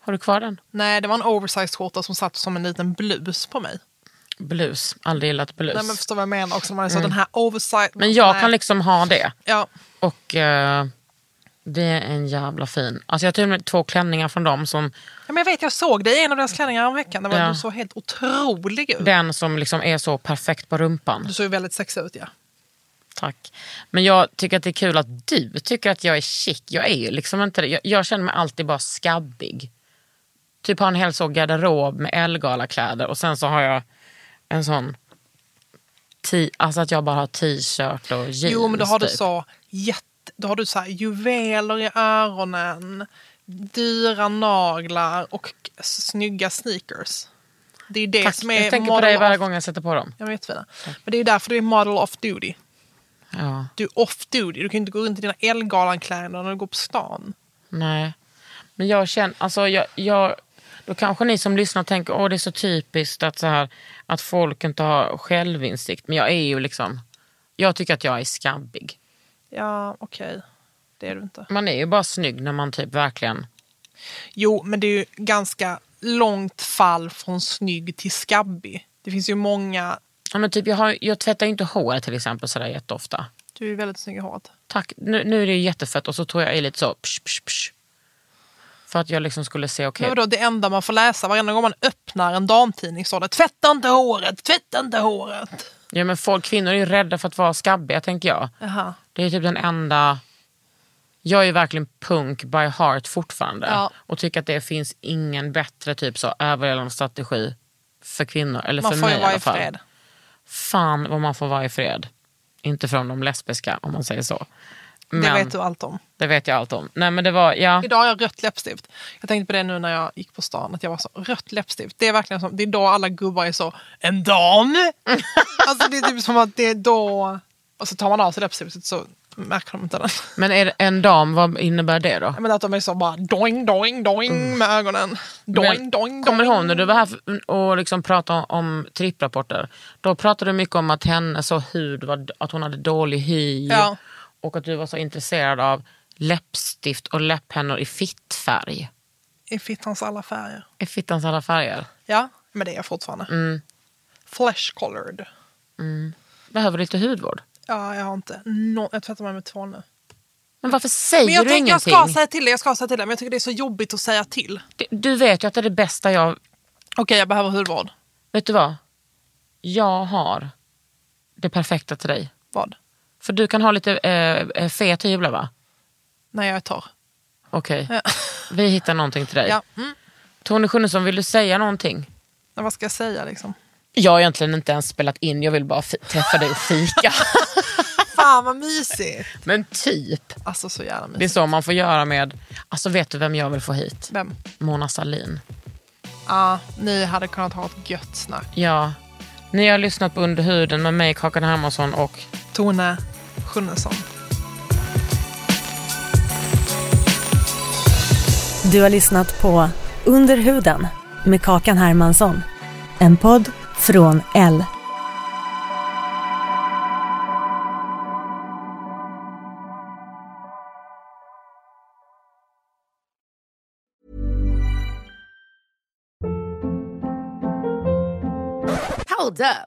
S2: Har du kvar den?
S4: Nej, det var en oversized skjorta som satt som en liten blus på mig.
S2: Blus. Aldrig gillat blus.
S4: Nej, men
S2: men,
S4: förstår vad jag menar också. Man är så, den här oversized...
S2: jag
S4: Nej.
S2: kan liksom ha det.
S4: Ja,
S2: Och eh, Det är en jävla fin. Alltså jag har till och med två klänningar från dem. Som,
S4: Ja, men jag vet, jag såg dig i en av deras klänningar om veckan. Det var,
S2: Ja.
S4: Du såg helt otrolig ut.
S2: Den som liksom är så perfekt på rumpan.
S4: Du såg ju väldigt sexig ut, ja.
S2: Tack. Men jag tycker att det är kul att du tycker att jag är chic. Jag är ju liksom inte det. Jag, jag känner mig alltid bara skabbig. Typ har en hel så garderob med elgala kläder och sen så har jag en sån... T- alltså att jag bara har t-shirt och jeans.
S4: Jo, men då har du
S2: typ.
S4: så jätte... Då har du så här, juveler i öronen, dyra naglar och snygga sneakers. Det är ju det
S2: Tack.
S4: som är
S2: Jag tänker på
S4: model
S2: dig varje
S4: of-
S2: gång jag sätter på dem.
S4: Ja, men jättefina. Men det är ju därför du är model off duty.
S2: Ja.
S4: Du är off duty. Du kan ju inte gå runt i dina Elgalan-kläder när du går på stan.
S2: Nej. Men jag känner, alltså jag, jag, då kanske ni som lyssnar tänker, åh det är så typiskt att, så här, att folk inte har självinsikt. Men jag är ju liksom, jag tycker att jag är skabbig.
S4: Ja, okej. Det är du inte.
S2: Man är ju bara snygg när man typ verkligen,
S4: Jo, men det är ju ganska långt fall från snygg till skabbig. Det finns ju många...
S2: ja men typ jag, har, jag tvättar ju inte håret till exempel sådär jätteofta.
S4: Du är ju väldigt snygg i håret.
S2: Tack, nu, nu är det ju jättefett och så tror jag är lite så, psh, psh, psh. För att jag liksom skulle se okej.
S4: Men vadå, det enda man får läsa varenda gång man öppnar en damtidning står det tvätta inte håret, tvätta inte håret.
S2: Ja men folk, kvinnor är ju rädda för att vara skabbiga tänker jag.
S4: Aha.
S2: Det är typ den enda... Jag är ju verkligen punk by heart fortfarande.
S4: Ja.
S2: Och tycker att det finns ingen bättre typ så överlevnadsstrategi för kvinnor. Eller
S4: Man
S2: för
S4: får
S2: mig
S4: ju vara
S2: i
S4: i
S2: alla fall.
S4: fred.
S2: Fan vad man får vara i fred. Inte från de lesbiska om man säger så. Men
S4: Det vet du allt om.
S2: det vet jag allt om. Nej men det var, ja.
S4: Idag har jag rött läppstift. Jag tänkte på det nu när jag gick på stan, att jag var så, rött läppstift. Det är verkligen som, det är då alla gubbar är så, en
S2: <laughs>
S4: dam! alltså det är typ som att det är då, och så tar man av sig läppstiftet så märker de inte den.
S2: Men är det en dam, vad innebär det då?
S4: Men att de är så bara doing, doing, doing med ögonen. Doing,
S2: Mm. Men
S4: doing,
S2: Kommer du
S4: doing.
S2: ihåg när du var här f- och liksom pratade om tripprapporter? Då pratade du mycket om att hennes så hud var, att hon hade dålig hy
S4: Ja.
S2: och att du var så intresserad av läppstift och läpppennor i fittfärg.
S4: I fittans alla färger.
S2: I fittans alla färger.
S4: Ja, men det är jag fortfarande. Flesh colored.
S2: Behöver lite hudvård.
S4: Ja, jag har inte. No, jag tvättar mig med två nu.
S2: Men varför säger
S4: Men jag
S2: du
S4: tänker jag
S2: ingenting?
S4: ska säga till det, jag ska säga till det. Men jag tycker det är så jobbigt att säga till. Okej,
S2: Du- Du vet ju att det är det bästa jag...
S4: jag behöver hudvård.
S2: Vet du vad? Jag har det perfekta till dig.
S4: Vad?
S2: För du kan ha lite eh, eh, fet hyvla va?
S4: När jag är torr.
S2: Okej,
S4: Ja.
S2: vi hittar någonting till dig.
S4: Ja. Mm.
S2: Tony Schunnesson, vill du säga någonting?
S4: Men Vad ska jag säga liksom?
S2: Jag har egentligen inte ens spelat in, jag vill bara fi- träffa dig och fika.
S4: Fan vad mysigt!
S2: <laughs> Men typ.
S4: Alltså så jävla mysigt.
S2: Det är så man får göra med, alltså vet du vem jag vill få hit?
S4: Vem?
S2: Mona Sahlin.
S4: Ja, ni hade kunnat ha ett gött snack.
S2: Ja, ni har lyssnat på Under huden med mig, Kakan Hermansson och
S4: Tone Schunnesson.
S6: Du har lyssnat på Under huden med Kakan Hermansson. En podd från L.
S7: Hold up.